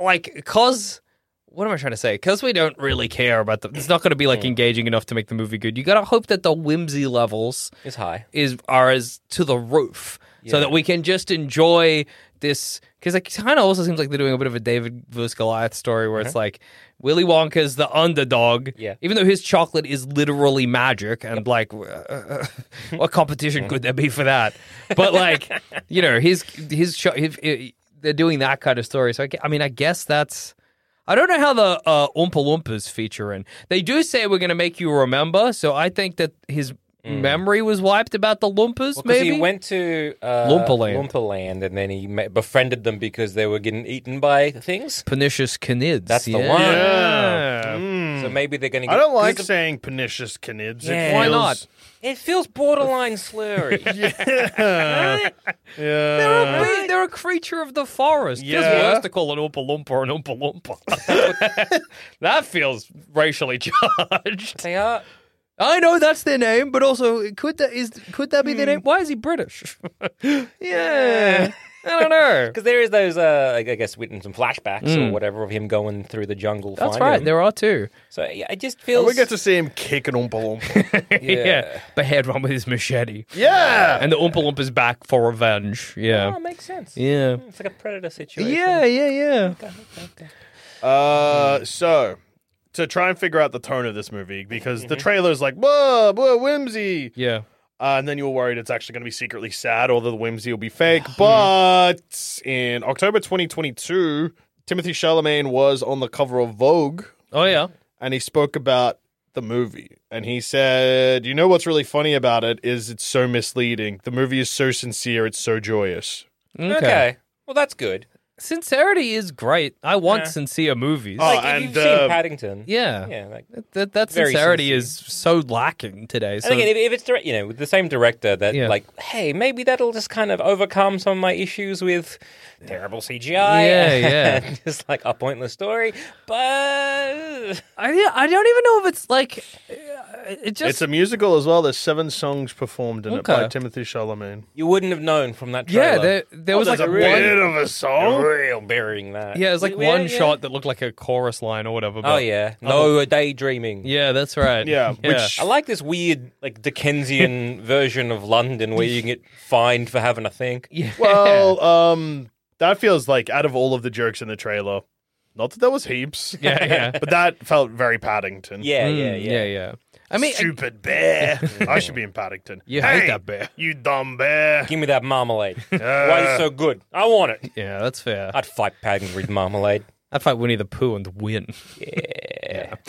Speaker 6: like, cause what am I trying to say? Because we don't really care about the. It's not going to be like engaging enough to make the movie good. You got to hope that the whimsy levels
Speaker 7: It's high.
Speaker 6: is are as to the roof, so that we can just enjoy this. Because it kind of also seems like they're doing a bit of a David versus Goliath story, where it's like Willy Wonka's the underdog,
Speaker 7: Yeah.
Speaker 6: even though his chocolate is literally magic, and like, uh, what competition could there be for that? But like, you know, his his, cho- his, uh, they're doing that kind of story. So I, gue- I mean, I guess that's. I don't know how the uh, Oompa Loompas feature in. They do say we're going to make you remember, so I think that his memory was wiped about the Loompas,
Speaker 7: Because
Speaker 6: maybe?
Speaker 7: he went to uh,
Speaker 6: Loompa Land.
Speaker 7: Loompa Land, and then he ma- befriended them because they were getting eaten by things.
Speaker 6: Pernicious Canids.
Speaker 7: That's the
Speaker 6: yeah. Mm.
Speaker 7: one.
Speaker 5: Yeah.
Speaker 7: So maybe they're going to.
Speaker 5: I don't like saying pernicious canids. It
Speaker 7: Yeah. Why
Speaker 5: feels-
Speaker 6: not?
Speaker 7: It feels [LAUGHS] borderline slurry.
Speaker 5: Yeah.
Speaker 6: Wait, they're a creature of the forest. Feels
Speaker 5: Yeah.
Speaker 6: worse to call an Oompa Loompa an Oompa Loompa. that feels racially charged.
Speaker 7: They are.
Speaker 6: I know that's their name, but also could that is could that be their name? Why is he British? [LAUGHS] yeah, I don't know.
Speaker 7: Because there is those, uh, I guess, witness and flashbacks
Speaker 6: Mm.
Speaker 7: or whatever of him going through the jungle.
Speaker 6: Hmm. That's
Speaker 7: finding
Speaker 6: right.
Speaker 7: them.
Speaker 6: There are two.
Speaker 7: So yeah, it just feels.
Speaker 5: We get to see him kick an Oompa Loompa.
Speaker 6: [LAUGHS] yeah. behead one with his machete.
Speaker 5: yeah.
Speaker 6: And the Oompa Loompa's back for revenge.
Speaker 7: Oh,
Speaker 6: Yeah.
Speaker 7: it makes sense.
Speaker 6: Yeah.
Speaker 7: It's like a predator situation.
Speaker 6: Yeah, yeah, yeah.
Speaker 7: Hmm.
Speaker 5: Uh, so to try and figure out the tone of this movie, because
Speaker 7: Mm-hmm.
Speaker 5: the trailer's like, whoa, whoa, whimsy.
Speaker 6: Yeah.
Speaker 5: Uh, and then you were worried it's actually going to be secretly sad or that the whimsy will be
Speaker 7: [LAUGHS]
Speaker 5: fake. but in October 2022, Timothy Chalamet was on the cover of Vogue
Speaker 6: Oh, yeah.
Speaker 5: and he spoke about the movie. And he said, You know what's really funny about it is it's so misleading. The movie is so sincere, it's so joyous.
Speaker 6: Okay.
Speaker 7: Okay. Well, that's good.
Speaker 6: Sincerity is great. I want sincere movies.
Speaker 5: Oh,
Speaker 7: like, if
Speaker 5: and,
Speaker 7: you've
Speaker 5: uh,
Speaker 7: seen Paddington.
Speaker 6: yeah.
Speaker 7: Yeah. Like,
Speaker 6: That, that
Speaker 7: Very
Speaker 6: sincerity
Speaker 7: sincere.
Speaker 6: is so lacking today. So,
Speaker 7: and again, if, if it's direct, you know, with the same director, that
Speaker 6: Yeah.
Speaker 7: like, hey, maybe that'll just kind of overcome some of my issues with terrible CGI. [LAUGHS]
Speaker 6: Yeah, yeah.
Speaker 7: and just like a pointless story, but [LAUGHS]
Speaker 6: I, yeah, I don't even know if it's like. uh, It just.
Speaker 5: it's a musical as well. There's seven songs performed in it
Speaker 6: Okay.
Speaker 5: by Timothy Chalamet.
Speaker 7: you wouldn't have known from that. Trailer.
Speaker 6: yeah, there, there was like
Speaker 5: Oh, There's
Speaker 6: a
Speaker 5: a
Speaker 6: one.
Speaker 5: bit of a song.
Speaker 7: real burying that.
Speaker 6: Yeah, it was like
Speaker 7: Yeah,
Speaker 6: one
Speaker 7: yeah.
Speaker 6: shot that looked like a chorus line or whatever. But,
Speaker 7: Oh yeah, no a daydreaming.
Speaker 6: Yeah, that's right. [LAUGHS]
Speaker 7: [LAUGHS]
Speaker 5: Yeah, which
Speaker 7: I like this weird, like [LAUGHS] Dickensian version of London where you can get fined for having a think.
Speaker 6: yeah. [LAUGHS]
Speaker 5: Well, um, that feels like out of all of the jokes in the trailer, not that there was heaps.
Speaker 6: [LAUGHS] Yeah, yeah.
Speaker 5: [LAUGHS] but that felt very Paddington.
Speaker 7: Yeah, yeah,
Speaker 6: Mm,
Speaker 7: yeah.
Speaker 6: yeah, yeah. I mean,
Speaker 5: Stupid
Speaker 6: [LAUGHS]
Speaker 5: bear. I should be in Paddington.
Speaker 6: You
Speaker 5: hey,
Speaker 6: hate that bear.
Speaker 5: You dumb bear.
Speaker 7: Give me that [LAUGHS] marmalade. Why is it so good? I want it.
Speaker 6: yeah, that's fair.
Speaker 7: I'd fight Paddington with marmalade.
Speaker 6: I'd fight Winnie the Pooh and win.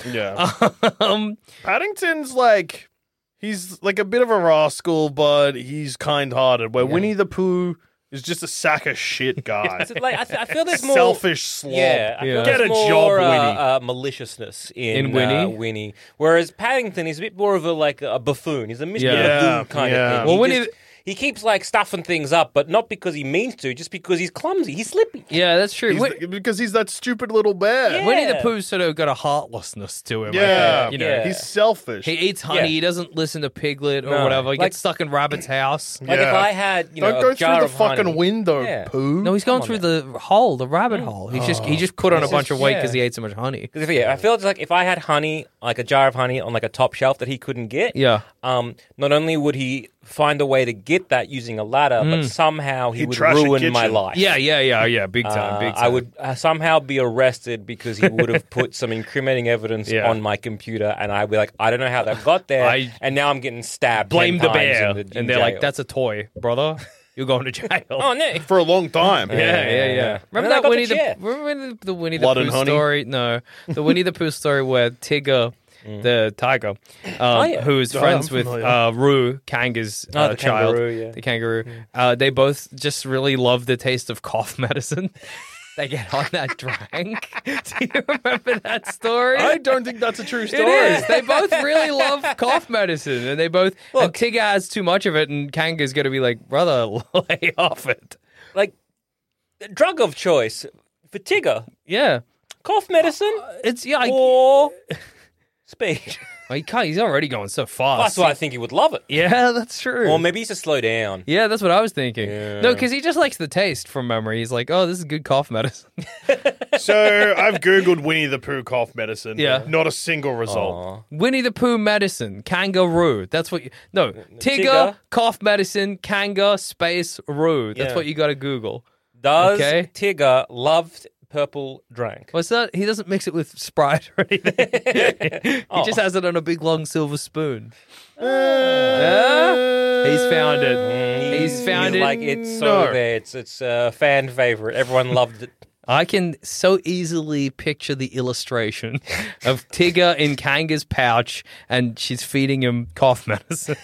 Speaker 5: Yeah.
Speaker 6: [LAUGHS] um,
Speaker 5: [LAUGHS] Paddington's like he's like a bit of a rascal, but he's kind-hearted. Where Winnie the Pooh is just a sack of
Speaker 6: [LAUGHS]
Speaker 5: shit guy.
Speaker 7: Is it like, I, th- I feel there's more
Speaker 5: Selfish slob.
Speaker 7: Yeah, I feel
Speaker 6: Yeah.
Speaker 7: there's
Speaker 5: Get a
Speaker 7: more,
Speaker 5: job,
Speaker 7: uh,
Speaker 5: Winnie.
Speaker 7: Uh, maliciousness in,
Speaker 6: In Winnie?
Speaker 7: uh, Winnie, whereas Paddington is a bit more of a like a buffoon. He's a Mr.
Speaker 6: Yeah.
Speaker 5: Yeah,
Speaker 7: Buffoon kind
Speaker 5: yeah.
Speaker 7: of thing.
Speaker 6: Well,
Speaker 7: he,
Speaker 6: Winnie-
Speaker 7: just- he keeps like stuffing things up, but not because he means to, just because he's clumsy. He's slippy.
Speaker 6: Yeah, that's true.
Speaker 5: He's
Speaker 6: Win-
Speaker 5: the- because he's that stupid little bear.
Speaker 7: Yeah.
Speaker 6: Winnie the Pooh sort of got a heartlessness to him. I
Speaker 5: Yeah,
Speaker 6: think, you know,
Speaker 7: Yeah.
Speaker 5: he's selfish.
Speaker 6: he eats honey.
Speaker 7: Yeah.
Speaker 6: He doesn't listen to Piglet or
Speaker 7: No.
Speaker 6: whatever. He
Speaker 7: Like-
Speaker 6: gets stuck in Rabbit's house.
Speaker 7: Like if
Speaker 5: Yeah.
Speaker 7: I had, you know,
Speaker 5: Don't
Speaker 7: a
Speaker 5: go through
Speaker 7: jar
Speaker 5: the
Speaker 7: of honey-
Speaker 5: fucking window,
Speaker 7: Yeah.
Speaker 5: poo.
Speaker 6: No, he's going
Speaker 7: on Oh,
Speaker 6: through the hole, the rabbit hole. He just he just put on a bunch of weight because he ate so much honey.
Speaker 7: 'Cause if- yeah, I feel it's like if I had honey, like a jar of honey on like a top shelf that he couldn't get.
Speaker 6: Yeah.
Speaker 7: Um, not only would he find a way to get that using a ladder, but somehow he
Speaker 5: He'd
Speaker 7: would
Speaker 5: trash a
Speaker 7: ruin my
Speaker 5: kitchen.
Speaker 7: life.
Speaker 6: Mm. Yeah, yeah, yeah, yeah. Big time,
Speaker 7: Uh,
Speaker 6: big time.
Speaker 7: I would uh, somehow be arrested because he would have put some incriminating evidence
Speaker 6: Yeah.
Speaker 7: on my computer, and I'd be like, I don't know how that got there,
Speaker 6: I-
Speaker 7: and now I'm getting stabbed.
Speaker 6: blame
Speaker 7: 10
Speaker 6: the
Speaker 7: times
Speaker 6: bear,
Speaker 7: in the- in
Speaker 6: and they're like,
Speaker 7: jail.
Speaker 6: "That's a toy, brother. You're going to jail."
Speaker 7: [LAUGHS] oh
Speaker 5: [LAUGHS]
Speaker 7: no,
Speaker 5: for a long time.
Speaker 6: Yeah, yeah,
Speaker 7: yeah.
Speaker 6: yeah.
Speaker 7: And then
Speaker 6: Remember
Speaker 7: I
Speaker 6: that
Speaker 7: got
Speaker 6: Winnie
Speaker 7: the
Speaker 6: the,
Speaker 7: chair.
Speaker 6: remember the Winnie
Speaker 5: Blood
Speaker 6: the
Speaker 5: and
Speaker 6: Pooh
Speaker 5: honey?
Speaker 6: story? No, the Winnie the Pooh story where Tigger,
Speaker 7: Mm.
Speaker 6: the tiger, um,
Speaker 7: Oh, yeah.
Speaker 6: who is friends
Speaker 5: I'm
Speaker 6: with
Speaker 5: familiar.
Speaker 6: uh, Roo, Kanga's
Speaker 7: Oh,
Speaker 6: uh,
Speaker 7: the
Speaker 6: child,
Speaker 7: kangaroo, yeah. Mm.
Speaker 6: the kangaroo. Uh, they both just really love the taste of cough [LAUGHS] medicine. they get on
Speaker 7: [LAUGHS]
Speaker 6: that drink. [LAUGHS] Do you remember that story?
Speaker 5: I don't think that's a true story.
Speaker 6: It is. They both really
Speaker 7: [LAUGHS]
Speaker 6: love cough medicine, and they both.
Speaker 7: Look.
Speaker 6: and Tigger has too much of it, and Kanga's going to be like, "Brother, [LAUGHS] lay off it."
Speaker 7: like the drug of choice for Tigger,
Speaker 6: Yeah,
Speaker 7: cough medicine
Speaker 6: it's yeah. I,
Speaker 7: or
Speaker 6: uh, [LAUGHS]
Speaker 7: speed.
Speaker 6: Well, he can't, he's already going so fast.
Speaker 7: That's why I think he would love it.
Speaker 6: Yeah, [LAUGHS] that's true.
Speaker 7: Or maybe he's to slow down.
Speaker 6: yeah, that's what I was thinking. No, because he just likes the taste from memory. He's like, oh, this is good cough medicine. [LAUGHS]
Speaker 5: So I've googled Winnie the Pooh cough medicine.
Speaker 6: Yeah.
Speaker 5: not a single result.
Speaker 6: Winnie the Pooh medicine, kangaroo. That's what you. No, Tigger,
Speaker 7: Tigger.
Speaker 6: cough medicine, kanga, space, roo. That's
Speaker 7: Yeah.
Speaker 6: what you got to Google.
Speaker 7: Does
Speaker 6: Okay.
Speaker 7: Tigger love purple drink?
Speaker 6: What's that? He doesn't mix it with Sprite or anything. [LAUGHS]
Speaker 7: [LAUGHS]
Speaker 6: he
Speaker 7: Oh.
Speaker 6: just has it on a big long silver spoon.
Speaker 7: Uh,
Speaker 6: Yeah? He's found it. He's found it.
Speaker 7: Mm. like it's so
Speaker 5: No.
Speaker 7: there. It's it's a fan favorite. Everyone loved it.
Speaker 6: I can so easily picture the illustration of Tigger in Kanga's pouch and she's feeding him cough medicine.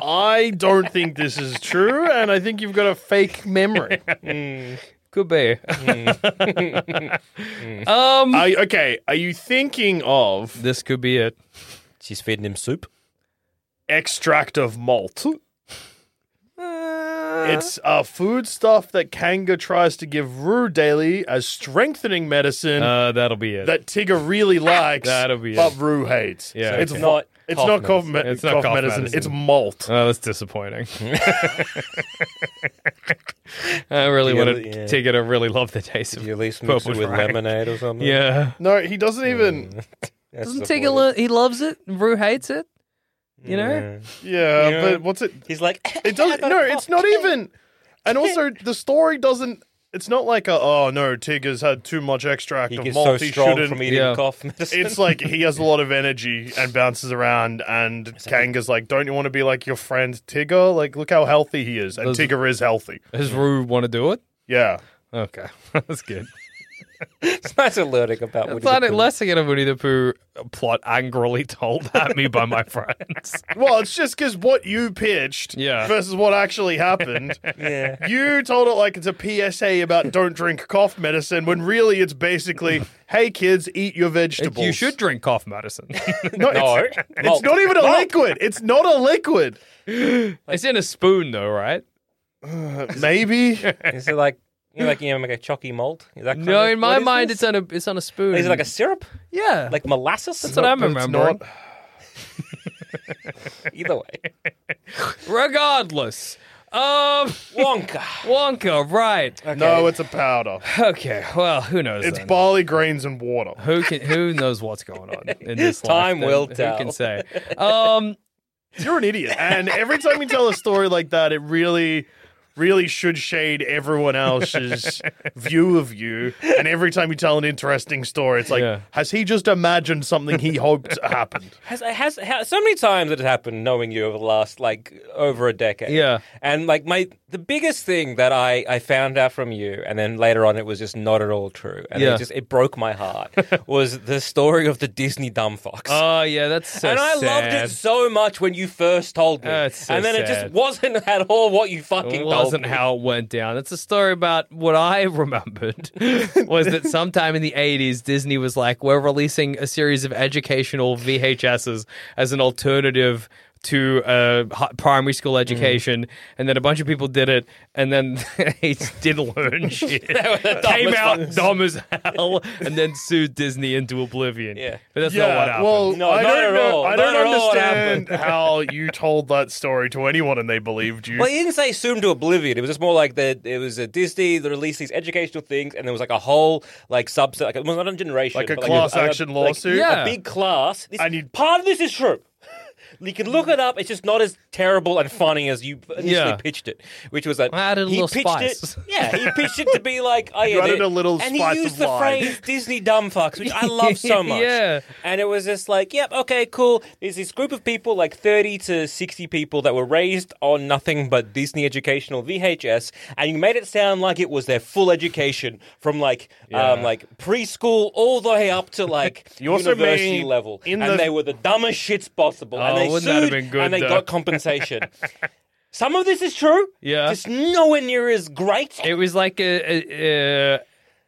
Speaker 5: I don't think this is true, and I think you've got a fake memory.
Speaker 6: Could be.
Speaker 5: I, okay, are you thinking of
Speaker 6: this could be it.
Speaker 7: [LAUGHS] She's feeding him soup.
Speaker 5: extract of malt? It's a foodstuff that Kanga tries to give Roo daily as strengthening medicine
Speaker 6: Uh, that'll be
Speaker 5: [LAUGHS]
Speaker 6: it.
Speaker 5: that Tigger really likes,
Speaker 6: That'll be
Speaker 5: but
Speaker 6: it.
Speaker 5: Roo hates.
Speaker 6: Yeah,
Speaker 5: it's
Speaker 6: okay.
Speaker 5: not. It's
Speaker 7: Cough
Speaker 5: not cough,
Speaker 7: medicine.
Speaker 5: me-
Speaker 6: It's not
Speaker 5: cough,
Speaker 6: cough
Speaker 5: medicine.
Speaker 6: medicine.
Speaker 5: It's malt.
Speaker 6: oh, that's disappointing. [LAUGHS] I really wanted
Speaker 7: Yeah.
Speaker 6: Tigger to really love the taste of
Speaker 7: You at least mix
Speaker 6: purple
Speaker 7: it with
Speaker 6: Sprite.
Speaker 7: lemonade or something.
Speaker 6: Yeah.
Speaker 5: [LAUGHS] no, he doesn't even.
Speaker 7: That's
Speaker 6: Doesn't
Speaker 7: the
Speaker 6: Tigger,
Speaker 7: point.
Speaker 6: lo- he loves it. Rue hates it. You know?
Speaker 5: Yeah,
Speaker 7: Yeah.
Speaker 5: but what's it?
Speaker 7: He's like, [LAUGHS]
Speaker 5: It doesn't. No, it's not even. And also, the story doesn't. It's not like a. Oh no, Tigger's had too much extract
Speaker 7: He
Speaker 5: of
Speaker 7: gets so
Speaker 5: malt. he
Speaker 7: strong
Speaker 5: shouldn't.
Speaker 7: from eating
Speaker 6: Yeah.
Speaker 7: cough medicine. [LAUGHS]
Speaker 5: it's like he has a lot of energy and bounces around, and Kanga's like, "Don't you want to be like your friend Tigger? Like, look how healthy he is." And
Speaker 6: Those-
Speaker 5: Tigger is healthy.
Speaker 6: Does Rue want to do it?
Speaker 5: Yeah.
Speaker 6: Okay. [LAUGHS] that's good.
Speaker 7: it's not alertic about what
Speaker 6: It's not less again of Winnie the Pooh plot angrily [LAUGHS] told at me by my
Speaker 7: [LAUGHS]
Speaker 6: friends.
Speaker 5: Well, it's just because what you pitched
Speaker 6: Yeah.
Speaker 5: versus what actually
Speaker 6: [LAUGHS]
Speaker 5: happened.
Speaker 7: Yeah.
Speaker 5: You told it like it's a PSA about don't drink cough medicine when really it's basically, hey kids, eat your vegetables. [LAUGHS]
Speaker 6: You should drink cough
Speaker 7: [LAUGHS]
Speaker 6: medicine.
Speaker 5: No,
Speaker 7: No.
Speaker 5: It's, it's
Speaker 7: Malt.
Speaker 5: not even a liquid. It's not a
Speaker 6: [LAUGHS]
Speaker 5: liquid.
Speaker 6: [LAUGHS] it's in a spoon though, right?
Speaker 5: Maybe.
Speaker 7: Is it like you know, like you know, like a chalky malt? Is that kind
Speaker 6: No,
Speaker 7: of-
Speaker 6: in my
Speaker 7: what is
Speaker 6: mind,
Speaker 7: this?
Speaker 6: it's on a it's on a spoon.
Speaker 7: Is it like a syrup,
Speaker 6: yeah?
Speaker 7: like molasses?
Speaker 6: that's what I'm
Speaker 5: It's
Speaker 6: remembering.
Speaker 5: not.
Speaker 7: Either way,
Speaker 6: Regardless, um, [LAUGHS]
Speaker 7: Wonka.
Speaker 6: [LAUGHS] Wonka, right?
Speaker 5: No, it's a powder.
Speaker 6: Okay, well, who knows?
Speaker 5: It's
Speaker 6: then?
Speaker 5: barley grains and water.
Speaker 6: who can who knows what's going on
Speaker 7: [LAUGHS]
Speaker 6: in this life
Speaker 7: Time
Speaker 6: then?
Speaker 7: will
Speaker 6: Who
Speaker 7: tell.
Speaker 6: can say?
Speaker 7: [LAUGHS]
Speaker 6: Um,
Speaker 5: You're an idiot. And every time you tell a story like that, it really, really should shade everyone else's view of you. And every time you tell an interesting story, it's like,
Speaker 6: Yeah.
Speaker 5: has he just imagined something he hoped
Speaker 7: [LAUGHS]
Speaker 5: happened?
Speaker 7: Has, has, has so many times it has happened knowing you over the last like over a decade.
Speaker 6: Yeah.
Speaker 7: and like my the biggest thing that I, I found out from you, and then later on it was just not at all true, and
Speaker 6: Yeah.
Speaker 7: it just it broke my heart, was the story of the Disney dumb fox.
Speaker 6: Oh yeah, that's so
Speaker 7: and I
Speaker 6: sad.
Speaker 7: loved it so much when you first told me,
Speaker 6: Oh, it's so
Speaker 7: and then it
Speaker 6: sad.
Speaker 7: just wasn't [LAUGHS] at all what you fucking
Speaker 6: It
Speaker 7: told
Speaker 6: wasn't
Speaker 7: me.
Speaker 6: how it went down. It's a story about what I [LAUGHS] remembered was that sometime in the 80s, Disney was like, we're releasing a series of educational VHSs as an alternative to uh, hi- primary
Speaker 7: Mm.
Speaker 6: school education. And then a bunch of people did it, and then [LAUGHS] they didn't
Speaker 7: [LAUGHS]
Speaker 5: [LAUGHS]
Speaker 6: learn shit. Came
Speaker 7: dumbest
Speaker 6: out
Speaker 7: fucks.
Speaker 6: dumb as hell, and then sued Disney into oblivion.
Speaker 7: Yeah.
Speaker 6: But that's not what
Speaker 5: yeah,
Speaker 6: happened.
Speaker 5: well,
Speaker 7: No,
Speaker 5: I
Speaker 7: not
Speaker 5: don't
Speaker 7: at
Speaker 5: know-
Speaker 7: all.
Speaker 5: I
Speaker 7: Not
Speaker 5: don't
Speaker 7: at all what
Speaker 5: understand how you told that story to anyone and they believed you.
Speaker 7: Well, he didn't say assume to oblivion. It was just more like that. It was a Disney that released these educational things, and there was like a whole like subset, like well, not a generation,
Speaker 5: Like a
Speaker 7: but
Speaker 5: class action lawsuit?
Speaker 7: like,
Speaker 6: Yeah.
Speaker 7: a big class. This,
Speaker 5: And you-
Speaker 7: part of this is true. [LAUGHS] You can look it up. It's just not as terrible and funny as you initially
Speaker 6: Yeah.
Speaker 7: pitched it, which was that
Speaker 6: I added a
Speaker 7: he
Speaker 6: little
Speaker 7: pitched
Speaker 6: spice.
Speaker 7: it. Yeah, he pitched it to
Speaker 6: [LAUGHS]
Speaker 7: be like I
Speaker 5: You added a little
Speaker 7: and
Speaker 5: spice
Speaker 7: he used
Speaker 5: of
Speaker 7: the
Speaker 5: wine.
Speaker 7: phrase Disney dumb fucks, which I
Speaker 6: [LAUGHS]
Speaker 7: love so much.
Speaker 6: Yeah.
Speaker 7: And it was just like, yep, okay, cool. There's this group of people, like 30 to 60 people, that were raised on nothing but Disney educational VHS, and you made it sound like it was their full education from like um, like preschool all the way up
Speaker 6: [LAUGHS]
Speaker 7: to like
Speaker 5: You also
Speaker 7: university
Speaker 5: made
Speaker 7: level.
Speaker 5: in
Speaker 7: and
Speaker 5: the-
Speaker 7: they were the dumbest shits possible. and
Speaker 6: Oh,
Speaker 7: they
Speaker 6: wouldn't
Speaker 7: sued,
Speaker 6: that have been good,
Speaker 7: And they
Speaker 6: though? [LAUGHS]
Speaker 7: got compensation. Some of this is true.
Speaker 6: Yeah.
Speaker 7: Just nowhere near as great.
Speaker 6: It was like a, a, a,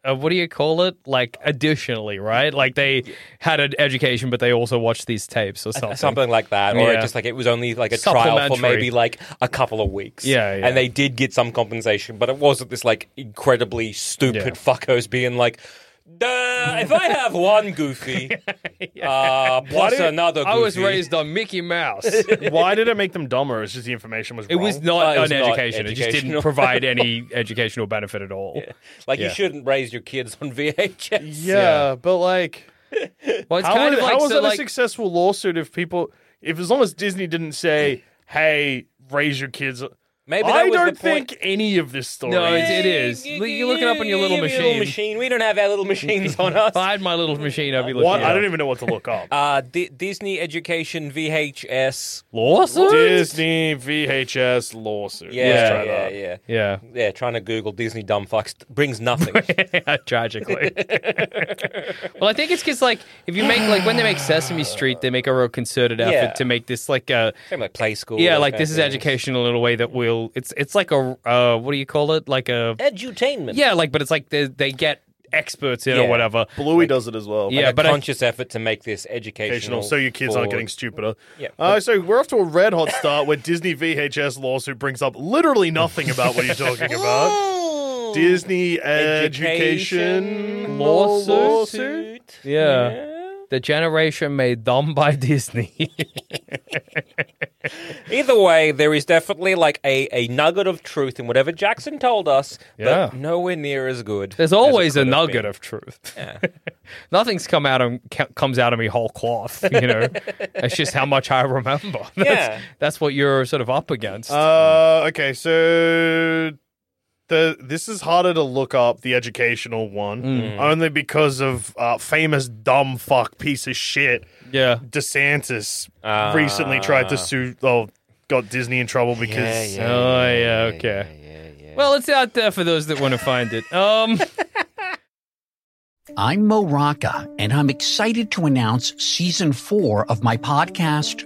Speaker 6: a what do you call it? Like additionally, right? Like they had an education, but they also watched these tapes or something.
Speaker 7: something like that, or
Speaker 6: Yeah.
Speaker 7: just like it was only like a trial for
Speaker 6: Supplementary.
Speaker 7: maybe like a couple of weeks.
Speaker 6: Yeah, yeah.
Speaker 7: and they did get some compensation, but it wasn't this like incredibly stupid
Speaker 6: Yeah.
Speaker 7: fuckos being like. Duh, if I have one
Speaker 6: [LAUGHS]
Speaker 7: goofy, uh, plus
Speaker 5: did-
Speaker 7: another goofy.
Speaker 6: I was raised on Mickey Mouse. It
Speaker 5: Why did it make them dumber? It's just the information was wrong.
Speaker 6: was not
Speaker 7: It was
Speaker 6: an
Speaker 7: not
Speaker 6: education. It just didn't
Speaker 7: educational.
Speaker 6: provide any educational benefit at all.
Speaker 7: Like,
Speaker 6: Yeah.
Speaker 7: you shouldn't raise your kids on [LAUGHS] VHS.
Speaker 5: yeah, but like,
Speaker 6: Well, it's
Speaker 5: how,
Speaker 6: kind
Speaker 5: was,
Speaker 6: of like,
Speaker 5: how was
Speaker 6: so
Speaker 5: that a
Speaker 6: like
Speaker 5: successful lawsuit if people, if as long as Disney didn't say, hey, raise your kids.
Speaker 7: Maybe that
Speaker 5: I
Speaker 7: was the
Speaker 5: don't
Speaker 7: point.
Speaker 5: think any of this story.
Speaker 6: No, it's- it is. You- you look it up on your little
Speaker 7: Give me
Speaker 6: machine.
Speaker 7: We don't have our little machines on
Speaker 6: [LAUGHS]
Speaker 7: us.
Speaker 6: if I had my little machine, I'd be looking.
Speaker 5: what?
Speaker 6: at
Speaker 5: I don't even know what to look up.
Speaker 1: Um,
Speaker 7: Uh, D- Disney Education VHS.
Speaker 6: lawsuit.
Speaker 5: Disney VHS lawsuit. Let's
Speaker 7: Yeah,
Speaker 5: try
Speaker 7: yeah,
Speaker 5: that.
Speaker 7: yeah.
Speaker 6: Yeah,
Speaker 7: Yeah, trying to Google Disney dumb fucks
Speaker 6: [LAUGHS]
Speaker 7: brings nothing.
Speaker 6: tragically. [LAUGHS] well, I think it's because like if you make like when they make Sesame Street, they make a real concerted effort
Speaker 7: Yeah.
Speaker 6: to make this like a
Speaker 7: Same like play school.
Speaker 6: Yeah,
Speaker 7: those
Speaker 6: like
Speaker 7: kind
Speaker 6: this
Speaker 7: of
Speaker 6: is
Speaker 7: things.
Speaker 6: educational in a way that will. It's it's like a uh, what do you call it? Like a
Speaker 7: Edutainment.
Speaker 6: yeah, like but it's like they they get experts in
Speaker 7: Yeah.
Speaker 6: or whatever.
Speaker 5: Bluey does it as well.
Speaker 6: Yeah,
Speaker 7: a
Speaker 6: but I-
Speaker 7: conscious effort to make this educational.
Speaker 5: educational, so your kids
Speaker 7: for-
Speaker 5: aren't getting stupider.
Speaker 7: Yeah.
Speaker 5: Uh, so we're off to a red hot start where Disney VHS lawsuit brings up literally nothing about what you're talking about. Disney education
Speaker 7: Education
Speaker 5: lawsuit.
Speaker 7: lawsuit.
Speaker 6: Yeah. The generation made dumb by Disney. [LAUGHS]
Speaker 7: Either way, there is definitely like a, a nugget of truth in whatever Jackson told us,
Speaker 6: Yeah.
Speaker 7: but nowhere near as good.
Speaker 6: There's
Speaker 7: as it
Speaker 6: always a
Speaker 7: could have
Speaker 6: nugget
Speaker 7: been.
Speaker 6: of truth. [LAUGHS] Nothing's come out of co- comes out of me whole cloth. You
Speaker 7: [LAUGHS]
Speaker 6: know, that's just how much I remember. [LAUGHS] That's,
Speaker 7: Yeah.
Speaker 6: that's what you're sort of up against.
Speaker 5: Uh, okay, so the this is harder to look up the educational one
Speaker 7: Mm.
Speaker 5: only because of uh, famous dumb fuck piece of shit
Speaker 6: yeah,
Speaker 5: DeSantis
Speaker 7: Ah.
Speaker 5: recently tried to sue. Oh, got Disney in trouble because
Speaker 6: Oh yeah, okay. Well, it's out there for those that want to find it.
Speaker 7: [LAUGHS] Uh,
Speaker 6: Um,
Speaker 8: I'm Mo Rocca, and I'm excited to announce season four of my podcast,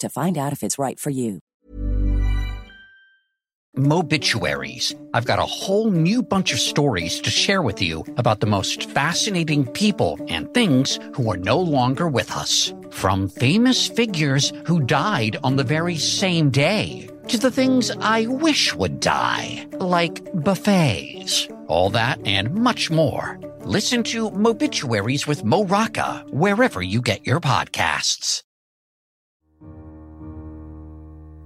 Speaker 9: to find out if it's right for you.
Speaker 8: Mobituaries. I've got a whole new bunch of stories to share with you about the most fascinating people and things who are no longer with us. From famous figures who died on the very same day to the things I wish would die, like buffets. All that and much more. Listen to Mobituaries with Mo Rocca wherever you get your podcasts.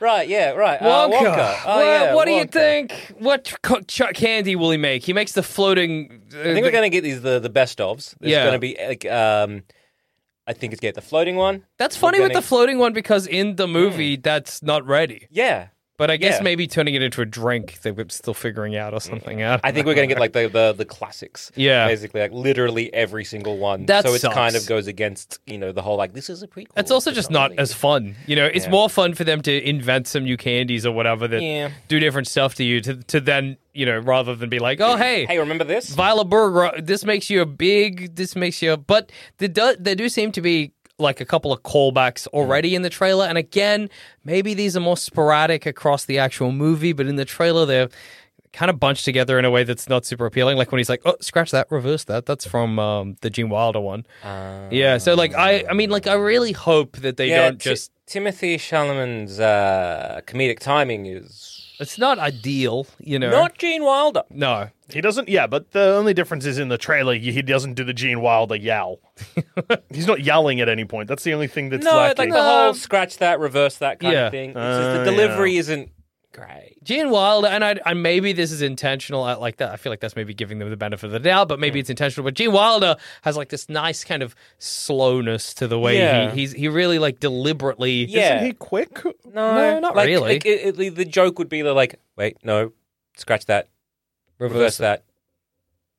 Speaker 7: Right, yeah, right. Uh,
Speaker 6: Wonka.
Speaker 7: Wonka. Oh,
Speaker 6: what
Speaker 7: yeah,
Speaker 6: what do you
Speaker 7: Wonka.
Speaker 6: think? What co- ch- candy will he make? He makes the floating. uh,
Speaker 7: I think
Speaker 6: the-
Speaker 7: we're going to get these the, the best ofs. There's
Speaker 6: Yeah.
Speaker 7: going to be like um, I think it's get the floating one.
Speaker 6: That's
Speaker 7: We're
Speaker 6: funny with
Speaker 7: gonna-
Speaker 6: the floating one because in
Speaker 7: Hmm.
Speaker 6: the movie that's not ready.
Speaker 7: Yeah,
Speaker 6: But I guess
Speaker 7: Yeah.
Speaker 6: maybe turning it into a drink they were still figuring out or something. out.
Speaker 7: I think we're going to get like the, the the classics.
Speaker 6: [LAUGHS] Yeah.
Speaker 7: basically like literally every single one.
Speaker 6: That
Speaker 7: so it
Speaker 6: sucks.
Speaker 7: kind of goes against you know the whole like this is a prequel.
Speaker 6: It's also
Speaker 7: It's
Speaker 6: just not
Speaker 7: really-
Speaker 6: as fun. You know, it's
Speaker 7: Yeah.
Speaker 6: more fun for them to invent some new candies or whatever that
Speaker 7: Yeah.
Speaker 6: do different stuff to you to to then, you know, rather than be like, oh, hey,
Speaker 7: Hey, remember this?
Speaker 6: Viola Burger, this makes you a big, this makes you a. But there do, there do seem to be like a couple of callbacks already in the trailer. And again, maybe these are more sporadic across the actual movie, but in the trailer, they're kind of bunched together in a way that's not super appealing. Like when he's like, oh, scratch that, reverse that. That's from um, the Gene Wilder one. yeah. So, like, I, I mean, like, I really hope that they
Speaker 7: Ah. yeah,
Speaker 6: don't
Speaker 7: Ti-
Speaker 6: just.
Speaker 7: Timothy Chalamet's uh, comedic timing is
Speaker 6: It's not ideal, you know.
Speaker 7: not Gene Wilder.
Speaker 6: no.
Speaker 5: He doesn't. Yeah, but the only difference is in the trailer. He doesn't do the Gene Wilder
Speaker 7: [LAUGHS]
Speaker 5: yell. He's not yelling at any point. That's the only thing that's
Speaker 7: no,
Speaker 5: lacking.
Speaker 7: like the whole scratch that, reverse that kind
Speaker 6: Yeah.
Speaker 7: of thing. It's just
Speaker 5: Oh,
Speaker 7: the delivery isn't great.
Speaker 6: Gene Wilder, and I, and maybe this is intentional. I like that. I feel like that's maybe giving them the benefit of the doubt, but
Speaker 7: Hmm.
Speaker 6: maybe it's intentional. But Gene Wilder has like this nice kind of slowness to the way
Speaker 7: Yeah.
Speaker 6: he he's, he really like deliberately.
Speaker 7: Yeah.
Speaker 5: Isn't he quick?
Speaker 7: No,
Speaker 6: No, not
Speaker 7: like,
Speaker 6: really.
Speaker 7: Like, it, it, the joke would be the like, wait, no, scratch that, reverse, that.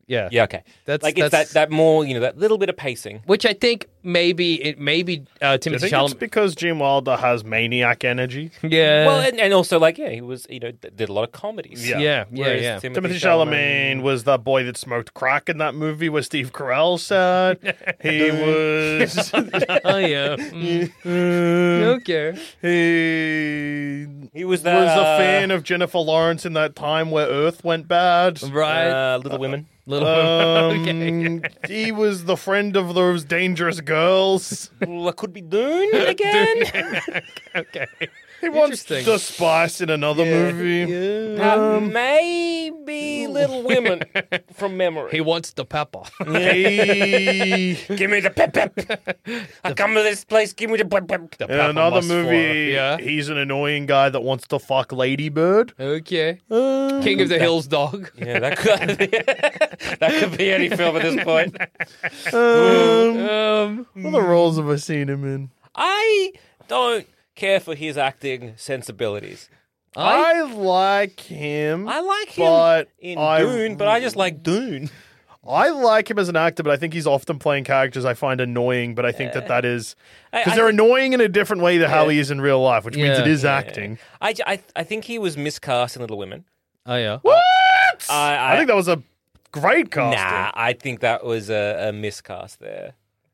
Speaker 6: Yeah,
Speaker 7: Yeah, okay.
Speaker 6: That's
Speaker 7: like
Speaker 6: that's,
Speaker 7: it's that that more you know that little bit of pacing.
Speaker 6: which I think maybe it maybe uh,
Speaker 5: I
Speaker 6: Timothy
Speaker 5: think it's
Speaker 6: Chalamet.
Speaker 5: because Gene Wilder has maniac
Speaker 7: [LAUGHS]
Speaker 5: energy.
Speaker 6: yeah,
Speaker 7: well, and, and also like yeah, he was you know d- did a lot of comedies.
Speaker 5: Yeah.
Speaker 6: yeah, yeah,
Speaker 7: Whereas
Speaker 6: yeah.
Speaker 5: Timothy Chalamet was that boy that smoked crack in that movie where Steve Carell
Speaker 6: [LAUGHS]
Speaker 5: said he was.
Speaker 6: oh yeah.
Speaker 7: [LAUGHS]
Speaker 6: Mm. okay.
Speaker 5: [LAUGHS] he
Speaker 7: He was that
Speaker 5: was a
Speaker 7: uh,
Speaker 5: fan of Jennifer Lawrence in that time where Earth went bad.
Speaker 6: Right.
Speaker 7: uh, Little Women.
Speaker 6: Little. [LAUGHS] okay.
Speaker 5: Um, [LAUGHS] he was the friend of those dangerous
Speaker 6: [LAUGHS]
Speaker 5: girls.
Speaker 7: Well, I could be [LAUGHS] Dune again.
Speaker 6: okay.
Speaker 5: He wants
Speaker 6: Interesting.
Speaker 5: the spice in another movie.
Speaker 7: Uh, maybe
Speaker 6: [LAUGHS]
Speaker 7: Little Women from memory.
Speaker 6: He wants the pepper.
Speaker 5: He-
Speaker 7: give me the pep pep. I come to this place. Give me the pep pep.
Speaker 5: in
Speaker 6: [LAUGHS]
Speaker 5: another
Speaker 6: must
Speaker 5: movie,
Speaker 6: fly. Yeah.
Speaker 5: he's an annoying guy that wants to fuck Ladybird.
Speaker 6: okay. King of the Hills dog.
Speaker 7: Uh, Yeah, that could that could be any film at this point.
Speaker 6: [LAUGHS] Um.
Speaker 5: What other roles have I seen him in?
Speaker 7: [LAUGHS] I don't care for his acting sensibilities.
Speaker 5: I, like him.
Speaker 7: I like him
Speaker 5: But
Speaker 7: in
Speaker 5: I-
Speaker 7: Dune, but I just like Dune.
Speaker 5: I like him as an actor, but I think he's often playing characters I find annoying. But I think that that is
Speaker 7: I-
Speaker 5: because
Speaker 7: I
Speaker 5: they're
Speaker 7: think-
Speaker 5: annoying in a different way than how he is in real life, which means
Speaker 6: Yeah.
Speaker 5: it is acting.
Speaker 7: I, j- I, I think he was miscast in Little Women.
Speaker 6: [LAUGHS] Oh yeah.
Speaker 7: I,
Speaker 5: I, think that was a great casting.
Speaker 7: nah, I think that was a, a miscast there.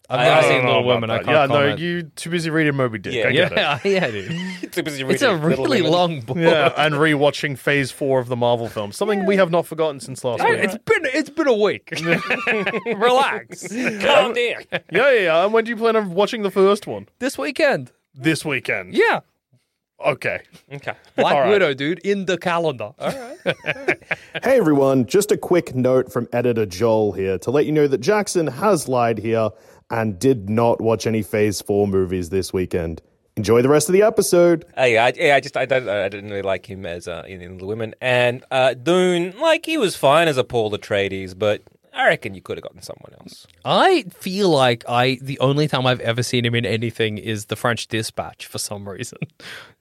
Speaker 6: I've
Speaker 7: I-
Speaker 6: never
Speaker 7: I
Speaker 5: don't
Speaker 6: seen
Speaker 5: know
Speaker 6: Little
Speaker 5: about
Speaker 6: Women. I
Speaker 5: that.
Speaker 6: can't
Speaker 5: yeah,
Speaker 6: comment.
Speaker 5: no, you too busy reading Moby Dick.
Speaker 7: Yeah.
Speaker 5: I get it.
Speaker 6: [LAUGHS] yeah, yeah, dude.
Speaker 7: It's a, busy
Speaker 6: It's a
Speaker 7: reading, Little
Speaker 6: really
Speaker 7: Women.
Speaker 6: long
Speaker 5: [LAUGHS]
Speaker 6: book.
Speaker 5: Yeah, and rewatching Phase Four of the Marvel films, something we have not forgotten since last
Speaker 6: I-
Speaker 5: week.
Speaker 6: [LAUGHS] It's been it's been a [LAUGHS] week. [LAUGHS] Relax.
Speaker 7: Calm down.
Speaker 5: Yeah, yeah, yeah. And when do you plan on watching the first one?
Speaker 6: This weekend.
Speaker 5: This weekend.
Speaker 6: Yeah. Okay.
Speaker 7: Okay.
Speaker 6: Black
Speaker 7: All right.
Speaker 6: Widow, dude, in the calendar.
Speaker 5: Hey everyone, just a quick note from editor Joel here to let you know that Jackson has lied here and did not watch any Phase 4 movies this weekend. Enjoy the rest of the episode.
Speaker 7: Uh, yeah, I, yeah, I just I don't I didn't really like him as uh, in, in the women and uh, Dune. Like he was fine as a Paul Atreides, but I reckon you could have gotten someone else.
Speaker 6: I feel like I the only time I've ever seen him in anything is the French Dispatch for some reason. [LAUGHS]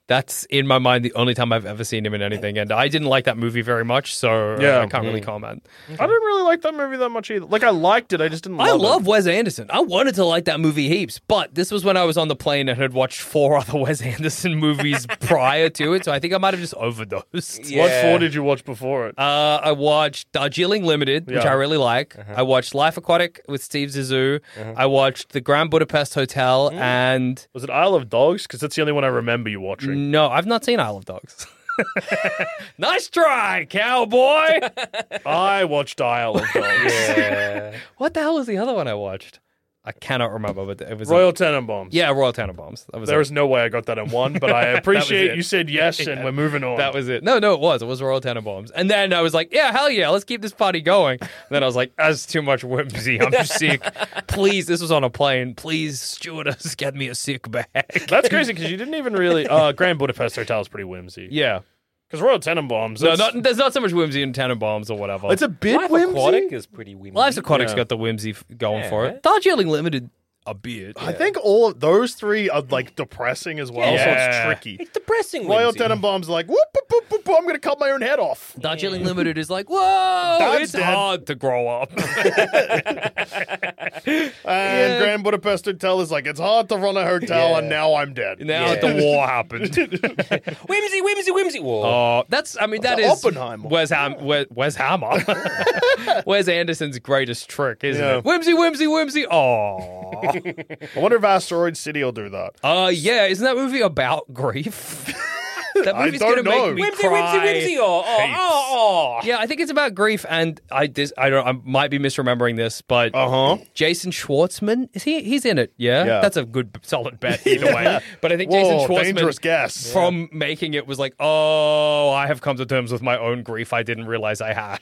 Speaker 6: That's in my mind the only time I've ever seen him in anything, and I didn't like that movie very much, so uh,
Speaker 5: Yeah.
Speaker 6: I can't really comment.
Speaker 5: I didn't really like that movie that much either. Like I liked it, I just didn't
Speaker 6: I love Wes Anderson. I wanted to like that movie heaps, but this was when I was on the plane and had watched four [LAUGHS] other Wes Anderson
Speaker 5: [LAUGHS]
Speaker 6: movies prior to it, so I think I might have just overdosed.
Speaker 7: Yeah.
Speaker 5: did you watch before it?
Speaker 6: Uh, I watched Darjeeling Limited, which
Speaker 5: Yeah. Uh-huh.
Speaker 6: I really like. I watched Life Aquatic with Steve Zissou. I watched The Grand Budapest Hotel,
Speaker 5: Mm.
Speaker 6: and
Speaker 5: Was it Isle of Dogs? Because that's the only one I remember you watching.
Speaker 6: no, I've not seen Isle of Dogs. [LAUGHS] nice try,
Speaker 5: [LAUGHS]
Speaker 6: cowboy.
Speaker 5: I watched Isle
Speaker 6: [LAUGHS]
Speaker 5: of Dogs.
Speaker 6: what the hell was the other one I watched? I cannot remember, but it was a-
Speaker 5: Royal Tenenbaums.
Speaker 6: yeah, Royal Tenenbaums. That was
Speaker 5: There
Speaker 6: it.
Speaker 5: is no way I got that in one,
Speaker 6: [LAUGHS]
Speaker 5: but I
Speaker 6: it.
Speaker 5: appreciate you said yes, and we're moving on.
Speaker 6: That was it. No, no, it was. It was Royal Tenenbaums. And then I was like, yeah, hell yeah, let's keep this party going. And then I was like, that's too much whimsy.
Speaker 5: [LAUGHS]
Speaker 6: I'm sick. Please, this was on a plane. Please, stewardess, [LAUGHS] get me a sick bag.
Speaker 5: That's crazy because you didn't even [LAUGHS] really. [LAUGHS] Uh, Grand Budapest Hotel is pretty whimsy.
Speaker 6: Yeah.
Speaker 5: Because Royal Tenenbaums.
Speaker 6: No,
Speaker 5: it's-
Speaker 6: not, there's not so much whimsy in Tenenbaums or whatever.
Speaker 5: It's a bit
Speaker 7: Life
Speaker 5: whimsy.
Speaker 7: Aquatic is pretty whimsy.
Speaker 6: Lives Aquatic's
Speaker 5: Yeah.
Speaker 6: got the whimsy f- going for
Speaker 7: Yeah.
Speaker 6: it. Darjeeling Limited, a bit.
Speaker 5: I think all of those three are like depressing as well,
Speaker 6: Yeah.
Speaker 5: so it's tricky.
Speaker 7: It's depressing.
Speaker 5: Royal
Speaker 7: whimsy.
Speaker 5: Tenenbaums are like whoop, whoop, whoop, whoop, whoop, I'm gonna cut my own head off.
Speaker 7: [LAUGHS]
Speaker 6: Darjeeling Limited is like, whoa,
Speaker 5: That's
Speaker 6: it's
Speaker 5: dead.
Speaker 6: hard to grow up. [LAUGHS]
Speaker 5: And Grand Budapest Hotel is like it's hard to run a hotel, and now I'm dead.
Speaker 6: now that the war happened.
Speaker 7: whimsy, whimsy, whimsy. Whoa.
Speaker 6: Oh, that's I mean that
Speaker 5: The
Speaker 6: is
Speaker 5: Oppenheimer.
Speaker 6: Wes, Ham, Wes, Wes Hammer.
Speaker 5: [LAUGHS]
Speaker 6: [LAUGHS] Wes Anderson's greatest trick, isn't
Speaker 5: Yeah.
Speaker 6: it? Whimsy, whimsy, whimsy. Oh,
Speaker 5: I wonder if Asteroid City will do that.
Speaker 6: uh, yeah. Isn't that movie
Speaker 5: [LAUGHS]
Speaker 6: about grief? that
Speaker 5: I
Speaker 6: movie's
Speaker 5: don't
Speaker 6: gonna
Speaker 5: know.
Speaker 6: make me
Speaker 7: Whimsy,
Speaker 6: cry.
Speaker 7: whimsy, whimsy. Oh, oh, oh, oh.
Speaker 6: Yeah, I think it's about grief, and I this I don't I might be misremembering this, but
Speaker 7: oh.
Speaker 5: Uh huh.
Speaker 6: Jason Schwartzman is he? He's in it. Yeah,
Speaker 5: Yeah.
Speaker 6: that's a good solid bet either way. But I think Jason
Speaker 5: Whoa,
Speaker 6: Schwartzman
Speaker 5: dangerous guess.
Speaker 6: from making it was like, oh, I have come to terms with my own grief. I didn't realize I had.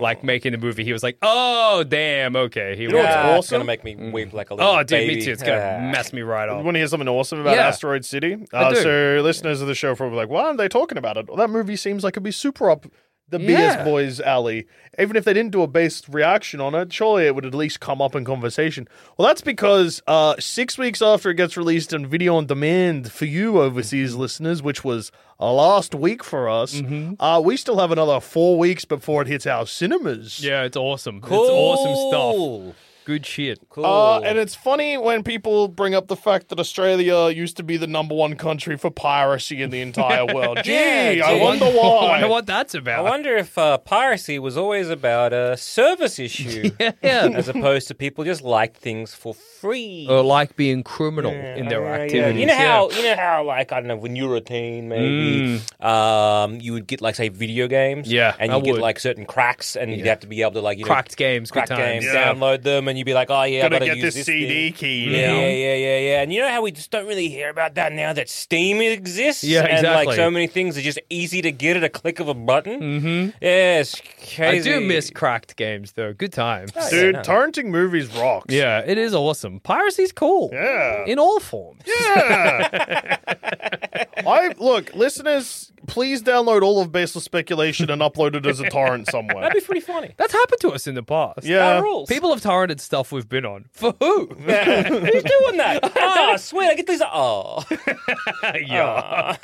Speaker 6: like making the movie, he was like, oh, damn, okay. He
Speaker 5: know
Speaker 6: was.
Speaker 5: what's
Speaker 7: Ah, It's
Speaker 5: awesome?
Speaker 7: gonna make me weep like a little
Speaker 6: Oh, dude,
Speaker 7: baby.
Speaker 6: me too. It's gonna
Speaker 7: Ah.
Speaker 6: mess me right
Speaker 5: You
Speaker 6: up.
Speaker 5: want to hear something awesome about
Speaker 6: Yeah.
Speaker 5: Asteroid City?
Speaker 6: I
Speaker 5: Uh,
Speaker 6: do.
Speaker 5: So, listeners of the show probably like, why aren't they talking about it? Well, that movie seems like it'd be super up the
Speaker 6: Yeah.
Speaker 5: BS Boys alley. Even if they didn't do a based reaction on it, surely it would at least come up in conversation. Well, that's because uh, six weeks after it gets released on video on demand for you overseas
Speaker 6: Mm-hmm.
Speaker 5: listeners, which was uh, last week for us, uh, we still have another four weeks before it hits our cinemas.
Speaker 6: Yeah, it's awesome. It's awesome
Speaker 7: Cool.
Speaker 6: stuff. Good shit. Cool.
Speaker 5: Uh, and it's funny when people bring up the fact that Australia used to be the number one country for piracy in the entire world. Gee,
Speaker 7: Yeah,
Speaker 5: I
Speaker 7: gee.
Speaker 5: wonder
Speaker 6: [LAUGHS] I wonder
Speaker 5: why.
Speaker 6: what that's
Speaker 7: I
Speaker 6: about.
Speaker 7: wonder if uh, piracy was always about a service issue,
Speaker 6: [LAUGHS]
Speaker 7: [LAUGHS]
Speaker 6: yeah.
Speaker 7: as opposed to people just like things for free.
Speaker 6: or like being criminal in their
Speaker 7: Yeah, yeah.
Speaker 6: Oh, activities.
Speaker 7: You know
Speaker 6: Yeah.
Speaker 7: how you know how like I don't know when you were a teen maybe um, you would get like say video games
Speaker 6: Yeah,
Speaker 7: and
Speaker 6: I
Speaker 7: you get
Speaker 6: would.
Speaker 7: like certain cracks and you'd have to be able to like you
Speaker 6: Cracked
Speaker 7: know,
Speaker 6: games, good
Speaker 7: cracked
Speaker 6: times.
Speaker 7: games
Speaker 5: Yeah.
Speaker 7: download them and you'd be like oh yeah I
Speaker 5: Gotta
Speaker 7: gotta
Speaker 5: get
Speaker 7: use
Speaker 5: this CD
Speaker 7: thing.
Speaker 5: key
Speaker 7: yeah,
Speaker 5: now.
Speaker 7: yeah yeah yeah yeah and you know how we just don't really hear about that now that Steam exists
Speaker 6: Yeah,
Speaker 7: and like
Speaker 6: exactly.
Speaker 7: so many things are just easy to get at a click of a button mm-hmm. yeah it's
Speaker 6: I
Speaker 7: crazy
Speaker 6: do miss cracked games though. Good times.
Speaker 5: Dude, torrenting movies rocks.
Speaker 6: Yeah, it is awesome. Piracy's cool.
Speaker 5: Yeah.
Speaker 6: In all forms.
Speaker 5: [LAUGHS] I look, listeners, please download all of Baseless Speculation and upload it as a torrent somewhere.
Speaker 7: that'd be pretty funny
Speaker 6: That's happened to us in the past.
Speaker 5: Yeah.
Speaker 7: rules.
Speaker 6: People have torrented stuff we've been on. For
Speaker 5: [LAUGHS]
Speaker 6: who?
Speaker 7: who's doing that oh sweet I get these oh
Speaker 6: yeah.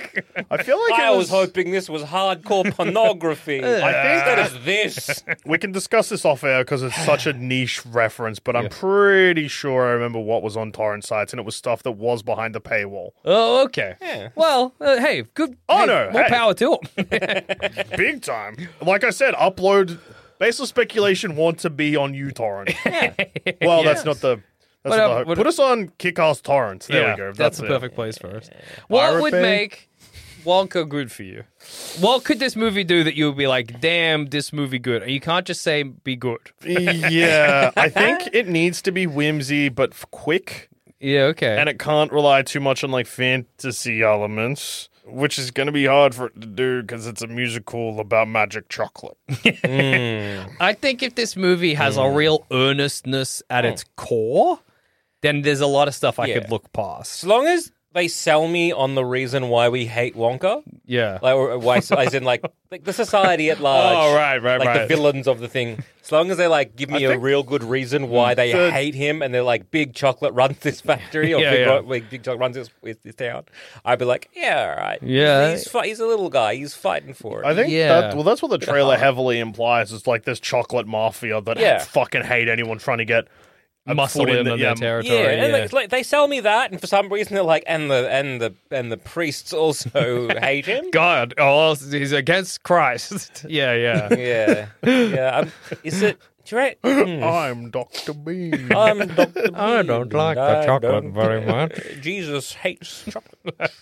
Speaker 5: I feel like
Speaker 7: [LAUGHS] I
Speaker 5: it
Speaker 7: was hoping this was hardcore pornography. I think that is this.
Speaker 5: we can discuss this off air because it's such a niche reference, but I'm pretty sure I remember what was on torrent sites, and it was stuff that was behind the paywall.
Speaker 6: Oh, okay. Well, uh, hey, good. hey,
Speaker 5: no,
Speaker 6: More
Speaker 5: hey. [LAUGHS]
Speaker 6: power to them.
Speaker 5: Big time. Like I said, upload Baseless Speculation want to be on
Speaker 6: [LAUGHS]
Speaker 5: uTorrent. Well, that's not the. That's
Speaker 6: But,
Speaker 5: not
Speaker 6: um,
Speaker 5: the
Speaker 6: what-
Speaker 5: put us on Kick-Ass Torrents. There we go.
Speaker 6: That's, the
Speaker 5: it.
Speaker 6: perfect place for us. What
Speaker 5: Pirate
Speaker 6: would
Speaker 5: Bay?
Speaker 6: make Wonka good for you? What could this movie do that you would be like, damn, this movie good? And you can't just say be good. [LAUGHS]
Speaker 5: yeah, I think it needs to be whimsy, but f- quick.
Speaker 6: Yeah, okay.
Speaker 5: and it can't rely too much on like fantasy elements, which is going to be hard for it to do because it's a musical about magic chocolate.
Speaker 6: I think if this movie has a real earnestness at its core, then there's a lot of stuff I
Speaker 7: Yeah.
Speaker 6: could look past.
Speaker 7: As long as they sell me on the reason why we hate Wonka,
Speaker 6: Yeah.
Speaker 7: like or why, as in like like the society at large.
Speaker 5: Oh, right, right,
Speaker 7: like
Speaker 5: right.
Speaker 7: the villains of the thing. As long as they like give me a
Speaker 5: think
Speaker 7: real good reason why they
Speaker 5: the-
Speaker 7: hate him, and they're like, "Big Chocolate runs this factory," or
Speaker 6: Yeah,
Speaker 7: big,
Speaker 6: yeah.
Speaker 7: Ro- like, "Big Chocolate runs this, with this town," I'd be like, "Yeah, all right,
Speaker 6: Yeah.
Speaker 7: he's fi- he's a little guy, he's fighting for it."
Speaker 5: I think
Speaker 6: Yeah.
Speaker 5: that well, that's what the trailer heavily implies. It's like this chocolate mafia that
Speaker 7: Yeah.
Speaker 5: fucking hate anyone trying to get a
Speaker 6: Muscle
Speaker 5: foot in,
Speaker 6: in
Speaker 5: the,
Speaker 6: on
Speaker 5: yeah,
Speaker 6: their territory.
Speaker 7: yeah, and
Speaker 6: yeah.
Speaker 7: like, like, they sell me that, and for some reason they're like, and the and the and the
Speaker 6: [LAUGHS]
Speaker 7: priests also hate him.
Speaker 6: God, oh, he's against Christ. [LAUGHS] yeah, yeah.
Speaker 7: [LAUGHS] Yeah, yeah. um, is it? Do you right?
Speaker 6: [COUGHS]
Speaker 7: Hmm.
Speaker 5: I'm Doctor
Speaker 7: [LAUGHS]
Speaker 5: Bean.
Speaker 7: I'm Dr.
Speaker 6: I don't
Speaker 7: [COUGHS] Bean,
Speaker 6: like
Speaker 7: and [LAUGHS] I
Speaker 6: the chocolate [LAUGHS]
Speaker 7: don't-
Speaker 6: very much.
Speaker 7: [COUGHS] Jesus hates chocolate.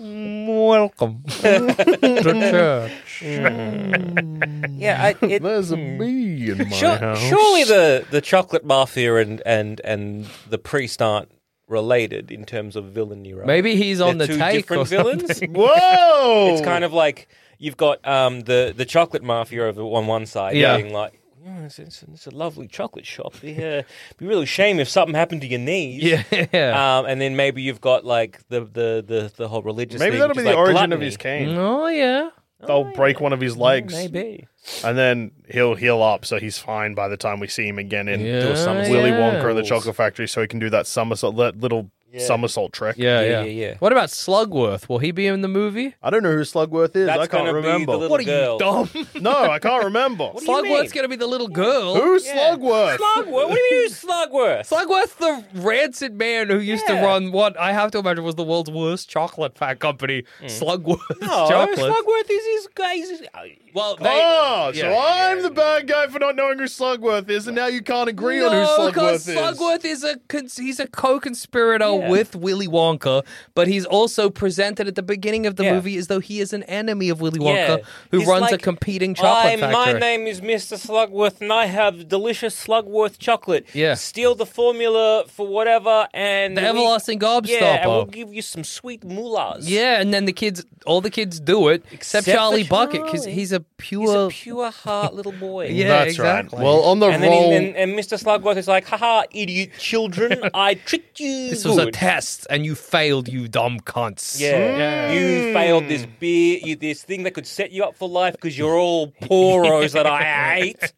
Speaker 6: Welcome to church.
Speaker 7: Yeah, I,
Speaker 6: [LAUGHS]
Speaker 7: it,
Speaker 5: There's a bee in my
Speaker 7: Sure-
Speaker 5: house.
Speaker 7: surely the, the chocolate mafia and, and, and the priest aren't related in terms of villainy, right?
Speaker 6: Maybe he's
Speaker 7: They're
Speaker 6: on the
Speaker 7: two
Speaker 6: take or
Speaker 7: different villains.
Speaker 5: Whoa!
Speaker 7: It's kind of like you've got um, the the chocolate mafia over on one side
Speaker 6: Yeah.
Speaker 7: being like. "Oh, It's, it's, it's a lovely chocolate shop. Yeah, be really shame if something happened to your knees.
Speaker 6: [LAUGHS] Yeah.
Speaker 7: Um, and then maybe you've got like the the the, the whole religious.
Speaker 5: Maybe
Speaker 7: thing,
Speaker 5: that'll be
Speaker 7: which
Speaker 5: the
Speaker 7: is, like,
Speaker 5: origin of
Speaker 7: gluttony. Mm.
Speaker 5: his cane.
Speaker 6: oh, yeah.
Speaker 5: They'll break one of his legs,
Speaker 7: Maybe.
Speaker 5: and then he'll heal up, so he's fine by the time we see him again in
Speaker 6: Yeah,
Speaker 5: do a somersault. Willy
Speaker 6: yeah.
Speaker 5: Wonka and the Chocolate Factory, so he can do that somersault, that little somersault trick.
Speaker 6: Yeah,
Speaker 7: Yeah,
Speaker 6: yeah,
Speaker 7: yeah, yeah.
Speaker 6: What about Slugworth? Will he be in the movie?
Speaker 5: I don't know who Slugworth is.
Speaker 7: That's
Speaker 5: I can't
Speaker 7: gonna
Speaker 5: remember.
Speaker 7: be the little
Speaker 6: What are
Speaker 7: girl.
Speaker 6: you, dumb?
Speaker 5: no, I can't remember.
Speaker 7: [LAUGHS] What do you mean?
Speaker 6: Slugworth's going to be the little girl.
Speaker 5: Who's Slugworth?
Speaker 7: Slugworth? What do you mean, Slugworth?
Speaker 6: Slugworth, the rancid man who used
Speaker 7: Yeah.
Speaker 6: to run what I have to imagine was the world's worst chocolate fat company, Slugworth
Speaker 7: No,
Speaker 6: Chocolate.
Speaker 7: Oh, Slugworth is his guy. he's-
Speaker 6: well, they,
Speaker 5: oh, so
Speaker 6: yeah,
Speaker 5: I'm the bad guy for not knowing who Slugworth is, and now you can't agree on
Speaker 6: no,
Speaker 5: who
Speaker 6: because
Speaker 5: Slugworth, is.
Speaker 6: Slugworth is a con- he's a co-conspirator with Willy Wonka, but he's also presented at the beginning of the
Speaker 7: Yeah.
Speaker 6: movie as though he is an enemy of Willy
Speaker 7: Yeah.
Speaker 6: Wonka, who
Speaker 7: He's
Speaker 6: runs a
Speaker 7: like,
Speaker 6: competing chocolate
Speaker 7: "Hi,
Speaker 6: factory.
Speaker 7: My name is Mr. Slugworth, and I have delicious Slugworth chocolate.
Speaker 6: Yeah.
Speaker 7: Steal the formula for whatever, and
Speaker 6: The everlasting gobstopper.
Speaker 7: Yeah, and we'll give you some sweet moolahs.
Speaker 6: yeah, and then the kids, all the kids do it
Speaker 7: Except
Speaker 6: except,
Speaker 7: for
Speaker 6: Charlie Bucket because
Speaker 7: Charlie.
Speaker 6: he's a
Speaker 7: he's
Speaker 6: pure.
Speaker 7: a pure heart
Speaker 6: [LAUGHS]
Speaker 7: little boy.
Speaker 6: Yeah,
Speaker 5: That's
Speaker 6: exactly.
Speaker 5: right. Well, on the
Speaker 7: And then
Speaker 5: roll,
Speaker 7: he, and, and Mr. Slugworth is like, haha, idiot children,
Speaker 6: [LAUGHS]
Speaker 7: I tricked you.
Speaker 6: This was a
Speaker 7: good."
Speaker 6: test, and you failed, you dumb cunts. Hmm.
Speaker 7: Yeah. You failed this beer, you, this thing that could set you up for life because you're
Speaker 6: [LAUGHS]
Speaker 7: all poros that I hate.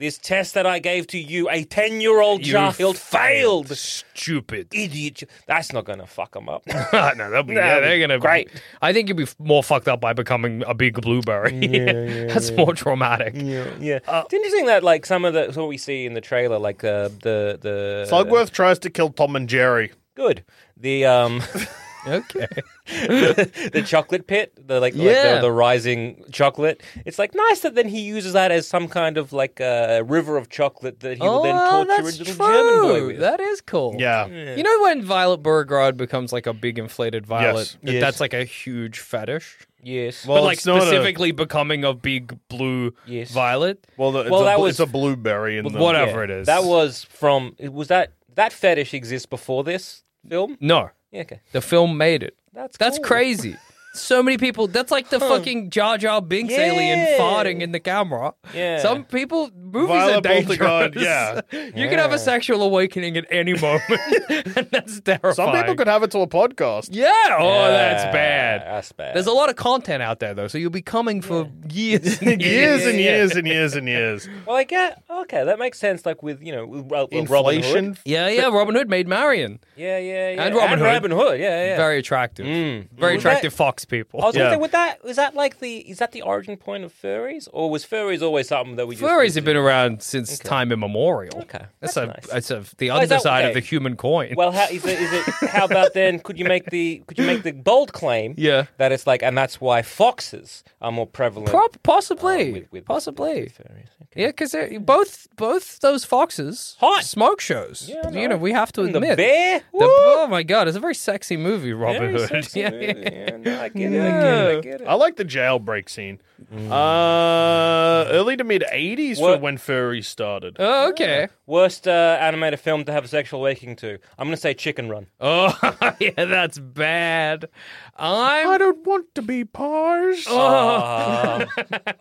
Speaker 7: This test that I gave to you, a 10 year old
Speaker 6: You
Speaker 7: child failed.
Speaker 6: Stupid.
Speaker 7: Idiot. ch- That's not going to fuck
Speaker 6: [LAUGHS]
Speaker 7: him up.
Speaker 6: Ah, [LAUGHS] no, that'll be, yeah,
Speaker 7: that'll
Speaker 6: they're
Speaker 7: be
Speaker 6: gonna
Speaker 7: great.
Speaker 6: Be, I think you'd be f- more fucked up by becoming a big blueberry. [LAUGHS] That's more traumatic.
Speaker 7: yeah. it's interesting that, like, some of the, what we see in the trailer, like, uh, the, the.
Speaker 5: Slugworth tries to kill Tom and Jerry.
Speaker 7: Good. The, um. [LAUGHS]
Speaker 6: Okay.
Speaker 7: the chocolate pit, the like, like
Speaker 6: Yeah.
Speaker 7: the, the rising chocolate. It's like nice that then he uses that as some kind of like a river of chocolate that he will then
Speaker 6: oh,
Speaker 7: torture a
Speaker 6: that's
Speaker 7: little
Speaker 6: true.
Speaker 7: German boy with.
Speaker 6: That is cool.
Speaker 5: Yeah.
Speaker 6: You know when Violet Burgrod becomes like a big inflated violet?
Speaker 5: Yes.
Speaker 6: that- That's like a huge fetish.
Speaker 7: yes.
Speaker 5: Well,
Speaker 6: but like
Speaker 5: it's not a-
Speaker 6: specifically becoming a big blue
Speaker 7: Yes.
Speaker 6: violet.
Speaker 5: Well, the, it's,
Speaker 7: Well,
Speaker 5: a,
Speaker 7: that
Speaker 5: bl-
Speaker 7: was-
Speaker 5: it's a blueberry in the
Speaker 6: whatever. it is.
Speaker 7: That was from. it Was that that fetish exists before this film?
Speaker 6: No.
Speaker 7: Yeah, okay.
Speaker 6: The film made it.
Speaker 7: That's
Speaker 6: That's
Speaker 7: cool.
Speaker 6: crazy. So many people. That's like the fucking Jar Jar Binks
Speaker 7: Yeah.
Speaker 6: alien farting in the camera.
Speaker 7: Yeah.
Speaker 6: Some people movies
Speaker 5: Viola
Speaker 6: are dangerous.
Speaker 5: Poltergeist, yeah.
Speaker 6: [LAUGHS] you can have a sexual awakening at any moment, [LAUGHS]
Speaker 7: [LAUGHS]
Speaker 6: and that's terrifying.
Speaker 5: Some people could have it to a podcast.
Speaker 6: Yeah. Oh, that's
Speaker 7: Yeah,
Speaker 6: bad.
Speaker 7: That's bad.
Speaker 6: There's a lot of content out there though, so you'll be coming for
Speaker 7: [LAUGHS]
Speaker 6: years and years.
Speaker 5: Years and years and years and [LAUGHS] years.
Speaker 7: Well, I get. Okay, that makes sense. Like with you know with Ro- with Robin Hood.
Speaker 5: Inflation.
Speaker 6: Yeah, yeah. Robin Hood made Marion.
Speaker 7: Yeah, yeah, yeah.
Speaker 6: And Robin Hood.
Speaker 7: Robin Hood. Yeah, yeah. yeah.
Speaker 6: Very attractive. Very
Speaker 7: Was that-
Speaker 6: attractive fox people.
Speaker 7: I was
Speaker 5: Yeah.
Speaker 7: gonna say, would that is that like the is that the origin point of furries, or was furries always something that we just
Speaker 6: Furries have been around since time immemorial.
Speaker 7: Okay,
Speaker 6: That's,
Speaker 7: that's
Speaker 6: a,
Speaker 7: nice.
Speaker 6: that's a, the
Speaker 7: Oh, is
Speaker 6: underside
Speaker 7: that-
Speaker 6: of
Speaker 7: okay.
Speaker 6: the human coin.
Speaker 7: Well, how is it? Is it? How about then? Could you make the could you make the bold claim?
Speaker 6: Yeah.
Speaker 7: that it's like, and that's why foxes are more prevalent.
Speaker 6: Prob- possibly,
Speaker 7: Oh, with- with-
Speaker 6: possibly.
Speaker 7: Furries.
Speaker 6: Yeah, because both both those foxes
Speaker 7: Hot.
Speaker 6: smoke shows.
Speaker 7: Yeah, I
Speaker 6: you know,
Speaker 7: know.
Speaker 6: we have to
Speaker 7: And the
Speaker 6: admit
Speaker 7: bear?
Speaker 6: the-
Speaker 7: Woo!
Speaker 6: oh my god, it's a very sexy movie, Robin
Speaker 7: Very Oh.
Speaker 6: Hood.
Speaker 7: sexy
Speaker 6: Yeah.
Speaker 7: movie, yeah. No, I get it. I get it. I get it.
Speaker 5: I like the jailbreak scene. Uh, early to mid '80s for
Speaker 7: What-
Speaker 5: when furries started.
Speaker 6: Oh, okay.
Speaker 7: Worst uh, animated film to have a sexual awakening to. I'm going to say Chicken Run.
Speaker 6: Oh, [LAUGHS] yeah, that's bad. I'm.
Speaker 5: I don't want to be pars.
Speaker 6: Uh,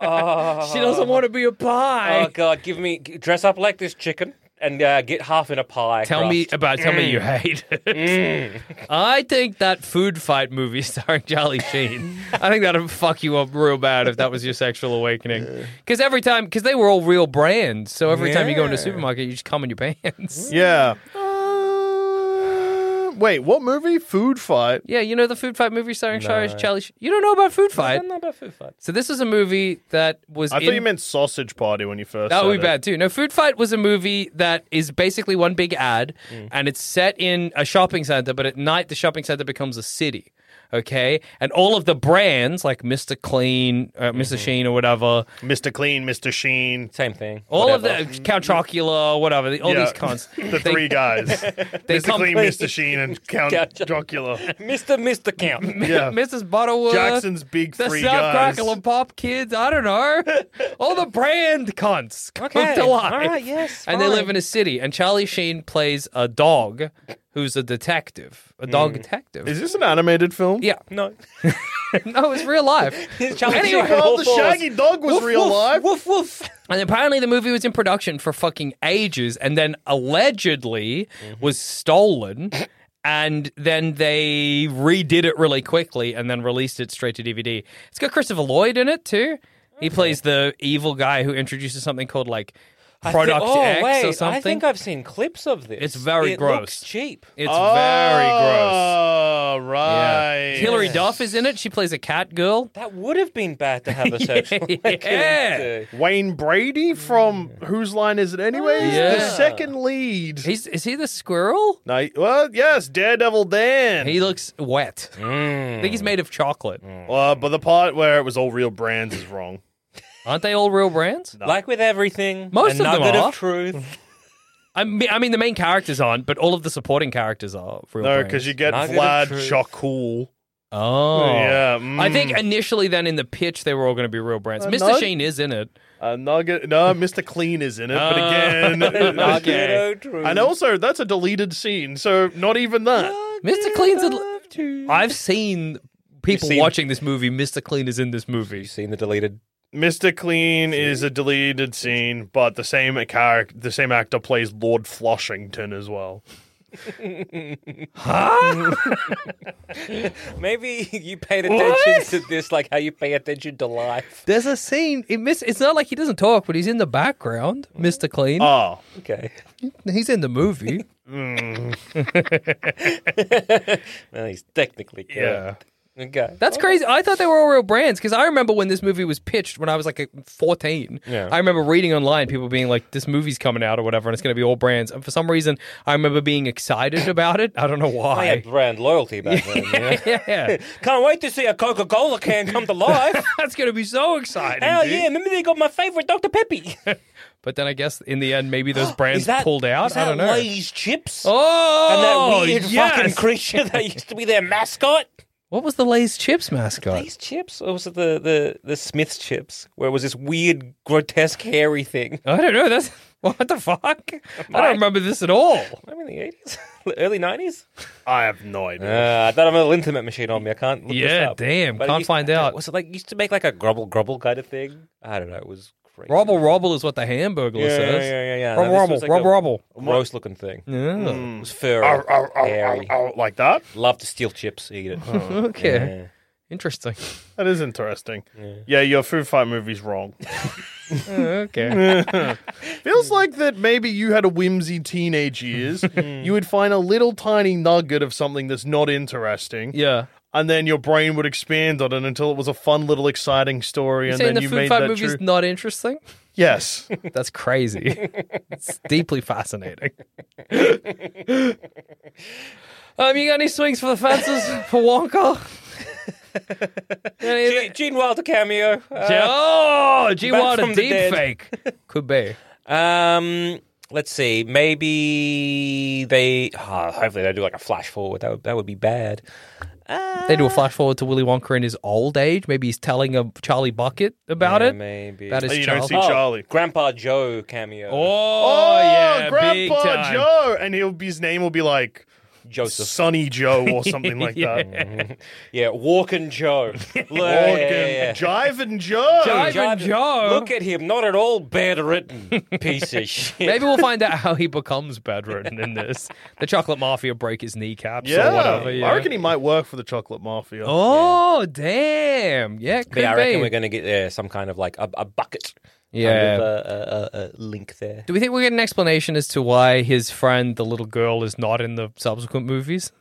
Speaker 7: Oh,
Speaker 6: [LAUGHS] she doesn't want to be a pie.
Speaker 7: Oh God, give me g- dress up like this chicken and uh, get half in a pie.
Speaker 6: Tell me
Speaker 7: crust.
Speaker 6: about. Tell me you
Speaker 5: Mm.
Speaker 6: hate it. [LAUGHS] I think that food fight movie [LAUGHS] starring Charlie Sheen. I think that'd fuck you up real bad if that was your sexual awakening. Because every time, because they were all real brands, so every time you go into a supermarket, you just come in your pants.
Speaker 5: Yeah. Uh, wait, what movie? Food fight.
Speaker 6: [LAUGHS] Yeah, you know the food fight movie starring Charlie Charlie. Sheen? You don't know about food
Speaker 7: I
Speaker 6: fight.
Speaker 7: don't know about food fight.
Speaker 6: So this is a movie that was.
Speaker 5: I
Speaker 6: in-
Speaker 5: thought you meant sausage party when you first.
Speaker 6: That would
Speaker 5: said it.
Speaker 6: be bad too. No, Food Fight was a movie that is basically one big ad,
Speaker 5: Mm.
Speaker 6: and it's set in a shopping center. But at night, the shopping center becomes a city. Okay, and all of the brands like Mister Clean, uh, Mister
Speaker 5: Mm-hmm.
Speaker 6: Sheen, or whatever,
Speaker 5: Mr. Clean, Mr. Sheen.
Speaker 7: Same thing.
Speaker 6: all
Speaker 7: Whatever.
Speaker 6: of the Count Chocula, whatever, the- all
Speaker 5: Yeah,
Speaker 6: these cons,
Speaker 5: [LAUGHS] The three guys.
Speaker 6: [LAUGHS]
Speaker 5: Mr.
Speaker 6: come-
Speaker 5: Clean, Mr. Sheen, and Count
Speaker 7: Count-
Speaker 6: [LAUGHS]
Speaker 5: Dracula.
Speaker 7: Mr. Mr. Count.
Speaker 5: Yeah.
Speaker 6: Mrs. Butterworth,
Speaker 5: Jackson's Big
Speaker 6: the
Speaker 5: Three
Speaker 6: South
Speaker 5: Guys.
Speaker 6: Crackle and Pop Kids. I don't
Speaker 7: [LAUGHS]
Speaker 6: know, all the brand cons come
Speaker 7: Okay,
Speaker 6: to life.
Speaker 7: all right, yes,
Speaker 6: and they
Speaker 7: fine.
Speaker 6: live in a city. And Charlie Sheen plays a dog who's a detective, a
Speaker 7: Hmm.
Speaker 6: dog detective.
Speaker 5: Is this an animated film?
Speaker 6: Yeah.
Speaker 7: no.
Speaker 6: [LAUGHS] No, it's real
Speaker 7: [LAUGHS]
Speaker 6: life.
Speaker 7: It's Charlie
Speaker 6: Anyway.
Speaker 7: Sheen.
Speaker 5: Well, the
Speaker 7: All fours.
Speaker 5: Shaggy Dog was
Speaker 7: Woof,
Speaker 5: real
Speaker 7: woof,
Speaker 5: life.
Speaker 7: Woof woof.
Speaker 6: and apparently the movie was in production for fucking ages and then allegedly
Speaker 7: Mm-hmm.
Speaker 6: was stolen. And then they redid it really quickly and then released it straight to DVD. It's got Christopher Lloyd in it too. He plays the evil guy who introduces something called like
Speaker 7: I thi-
Speaker 6: Product
Speaker 7: oh,
Speaker 6: X
Speaker 7: wait,
Speaker 6: or something.
Speaker 7: I think I've seen clips of this.
Speaker 6: It's very
Speaker 7: it
Speaker 6: gross.
Speaker 7: Looks cheap.
Speaker 6: It's very gross.
Speaker 5: Oh,
Speaker 6: Yeah.
Speaker 5: right.
Speaker 6: Hilary Duff is in it. She plays a cat girl.
Speaker 7: That would have been bad
Speaker 6: [LAUGHS]
Speaker 7: to have a sexual [LAUGHS] awakening
Speaker 6: Yeah.
Speaker 7: to.
Speaker 5: Wayne Brady from Whose Line Is It Anyways?
Speaker 6: Yeah.
Speaker 5: The second lead.
Speaker 6: He's, is he the squirrel?
Speaker 5: Now, well, yes, Daredevil Dan.
Speaker 6: He looks wet.
Speaker 7: Mm.
Speaker 6: I think he's made of chocolate.
Speaker 5: Uh, but the part where it was all real brands is wrong.
Speaker 6: Aren't they all real brands?
Speaker 7: Like with everything,
Speaker 6: Most of
Speaker 7: a
Speaker 6: them
Speaker 7: nugget
Speaker 6: are.
Speaker 7: of truth.
Speaker 6: [LAUGHS] I mean, I mean, the main characters aren't, but all of the supporting characters are real.
Speaker 5: No,
Speaker 6: brands.
Speaker 5: because you get
Speaker 7: Nugget of
Speaker 5: Vlad
Speaker 7: truth.
Speaker 5: Chakul.
Speaker 6: Oh,
Speaker 5: Yeah,
Speaker 6: I think
Speaker 5: mm.
Speaker 6: initially, then in the pitch, they were all going to be real brands.
Speaker 5: Uh,
Speaker 6: Mr.
Speaker 5: none-
Speaker 6: Sheen is in it.
Speaker 5: Uh, nugget. No, Mr. Clean is in it, but
Speaker 6: Oh. [LAUGHS]
Speaker 5: again. [LAUGHS]
Speaker 7: Nugget of truth. [LAUGHS]
Speaker 5: And also, that's a deleted scene, so not even that.
Speaker 6: Mr. Clean's. In... I've seen people
Speaker 7: seen-
Speaker 6: watching this movie. Mr. Clean is in this movie.
Speaker 7: You've seen the deleted.
Speaker 5: Mr. Clean is a deleted scene, but the same character, the same actor plays Lord Flushington as well.
Speaker 7: Maybe [LAUGHS] you paid attention to this, like how you pay attention to life. [LAUGHS]
Speaker 6: There's a scene. It miss, it's not like he doesn't talk, but he's in the background. Mr. Clean.
Speaker 5: Oh,
Speaker 7: Okay.
Speaker 6: he's in the movie.
Speaker 7: Well, he's technically
Speaker 5: yeah.
Speaker 7: correct. Yeah. Okay.
Speaker 6: That's crazy. I thought they were all real brands because I remember when this movie was pitched when I was like 14.
Speaker 7: Yeah.
Speaker 6: I remember reading online people being like, this movie's coming out or whatever and it's going to be all brands. And for some reason, I remember being excited about it. I don't
Speaker 7: [LAUGHS]
Speaker 6: know
Speaker 7: I had
Speaker 6: why.
Speaker 7: brand loyalty back then. Oh, yeah.
Speaker 6: [LAUGHS] yeah.
Speaker 7: Can't wait to see a Coca Cola can come to [LAUGHS] life.
Speaker 6: That's going to be so exciting.
Speaker 7: Hell
Speaker 6: dude.
Speaker 7: yeah! Oh, Remember they got my favorite Dr [LAUGHS] Peppy.
Speaker 6: But then I guess in the end, maybe those brands
Speaker 7: [GASPS] Is that-
Speaker 6: pulled out.
Speaker 7: Is that
Speaker 6: I don't know.
Speaker 7: Lay's chips. [LAUGHS] and
Speaker 6: Oh,
Speaker 7: that weird
Speaker 6: yes.
Speaker 7: fucking creature
Speaker 6: [LAUGHS]
Speaker 7: that used to be their mascot.
Speaker 6: What was the Lay's Chips mascot?
Speaker 7: Lay's chips, or was it the the the Smith's chips, where it was this weird, grotesque, hairy thing?
Speaker 6: I don't know. That's [LAUGHS] what the fuck? I don't remember this at all.
Speaker 7: I'm in the eighties, [LAUGHS] early nineties.
Speaker 5: I have no idea.
Speaker 7: Uh, I don't have a little internet machine on me. I can't. Look this
Speaker 6: Yeah,
Speaker 7: up.
Speaker 6: damn,
Speaker 7: it
Speaker 6: can't
Speaker 7: used-
Speaker 6: find out.
Speaker 7: Was it like used to make like a grubble grubble kind of thing? I don't know. It was crazy.
Speaker 6: Robble Robble is what the hamburger
Speaker 7: Yeah, yeah,
Speaker 6: says.
Speaker 7: yeah, yeah, yeah. No,
Speaker 6: Robble
Speaker 7: Uh, this
Speaker 6: Robble,
Speaker 7: was like
Speaker 6: Robble
Speaker 7: a-
Speaker 6: Robble.
Speaker 7: Gross looking thing.
Speaker 6: Yeah.
Speaker 7: It was furry.
Speaker 5: Ow, ow, ow,
Speaker 7: hairy.
Speaker 5: ow, ow, like that?
Speaker 7: Love to steal chips. Eat
Speaker 6: [LAUGHS]
Speaker 7: it.
Speaker 6: Uh-huh. Okay.
Speaker 7: Yeah.
Speaker 6: Interesting.
Speaker 5: That is interesting. Yeah, your food fight movie's [LAUGHS] wrong.
Speaker 6: okay.
Speaker 5: Feels like that maybe you had a whimsy teenage [LAUGHS] years. you would find a little tiny nugget of something that's not interesting,
Speaker 6: [LAUGHS] yeah.
Speaker 5: and then your brain would expand on it until it was a fun little exciting story,
Speaker 6: You're
Speaker 5: and
Speaker 6: saying
Speaker 5: then
Speaker 6: the
Speaker 5: you
Speaker 6: food
Speaker 5: made
Speaker 6: fight
Speaker 5: that
Speaker 6: movie's [LAUGHS]
Speaker 5: true.
Speaker 6: not interesting? [LAUGHS]
Speaker 5: Yes.
Speaker 6: That's crazy. it's deeply fascinating. um, you got any swings for the fences for Wonka?
Speaker 7: Gene, Gene Wilder cameo. Uh,
Speaker 6: oh, G
Speaker 7: Back
Speaker 6: Water
Speaker 7: from the
Speaker 6: deep
Speaker 7: dead.
Speaker 6: fake. Could be.
Speaker 7: um, let's see. Maybe they. ah, hopefully, they do like a flash forward. That would, that would be bad.
Speaker 6: They do a flash forward to Willy Wonka in his old age. Maybe he's telling a Charlie Bucket about
Speaker 7: Yeah,
Speaker 6: it.
Speaker 7: maybe.
Speaker 6: About his
Speaker 5: And Oh, you don't
Speaker 6: child.
Speaker 5: see- Charlie.
Speaker 7: Grandpa Joe cameo.
Speaker 6: Oh, yeah, big
Speaker 5: Grandpa
Speaker 6: time.
Speaker 5: Joe, and he'll his name will be like
Speaker 7: Joseph.
Speaker 5: Sonny Joe
Speaker 6: [LAUGHS]
Speaker 5: or something like that.
Speaker 7: Yeah,
Speaker 5: [LAUGHS]
Speaker 7: Walkin' Joe. Look,
Speaker 5: Or
Speaker 7: yeah, yeah, yeah.
Speaker 5: Jiving Joe.
Speaker 6: Jive- Jivin' Joe.
Speaker 7: Look at him, not at
Speaker 5: [LAUGHS]
Speaker 7: all bedridden piece of shit.
Speaker 6: Maybe we'll find out how he becomes bedridden in this. The chocolate mafia break his kneecaps or
Speaker 5: yeah.
Speaker 6: whatever. Yeah.
Speaker 5: I reckon he might work for the Chocolate Mafia.
Speaker 6: Oh damn! Yeah, could
Speaker 7: But yeah, I reckon
Speaker 6: be.
Speaker 7: we're going to get uh, some kind of like a, a bucket.
Speaker 6: Yeah.
Speaker 7: Kind of a, a, a, a link there.
Speaker 6: Do we think we get an explanation as to why his friend, the little girl, is not in the subsequent movies?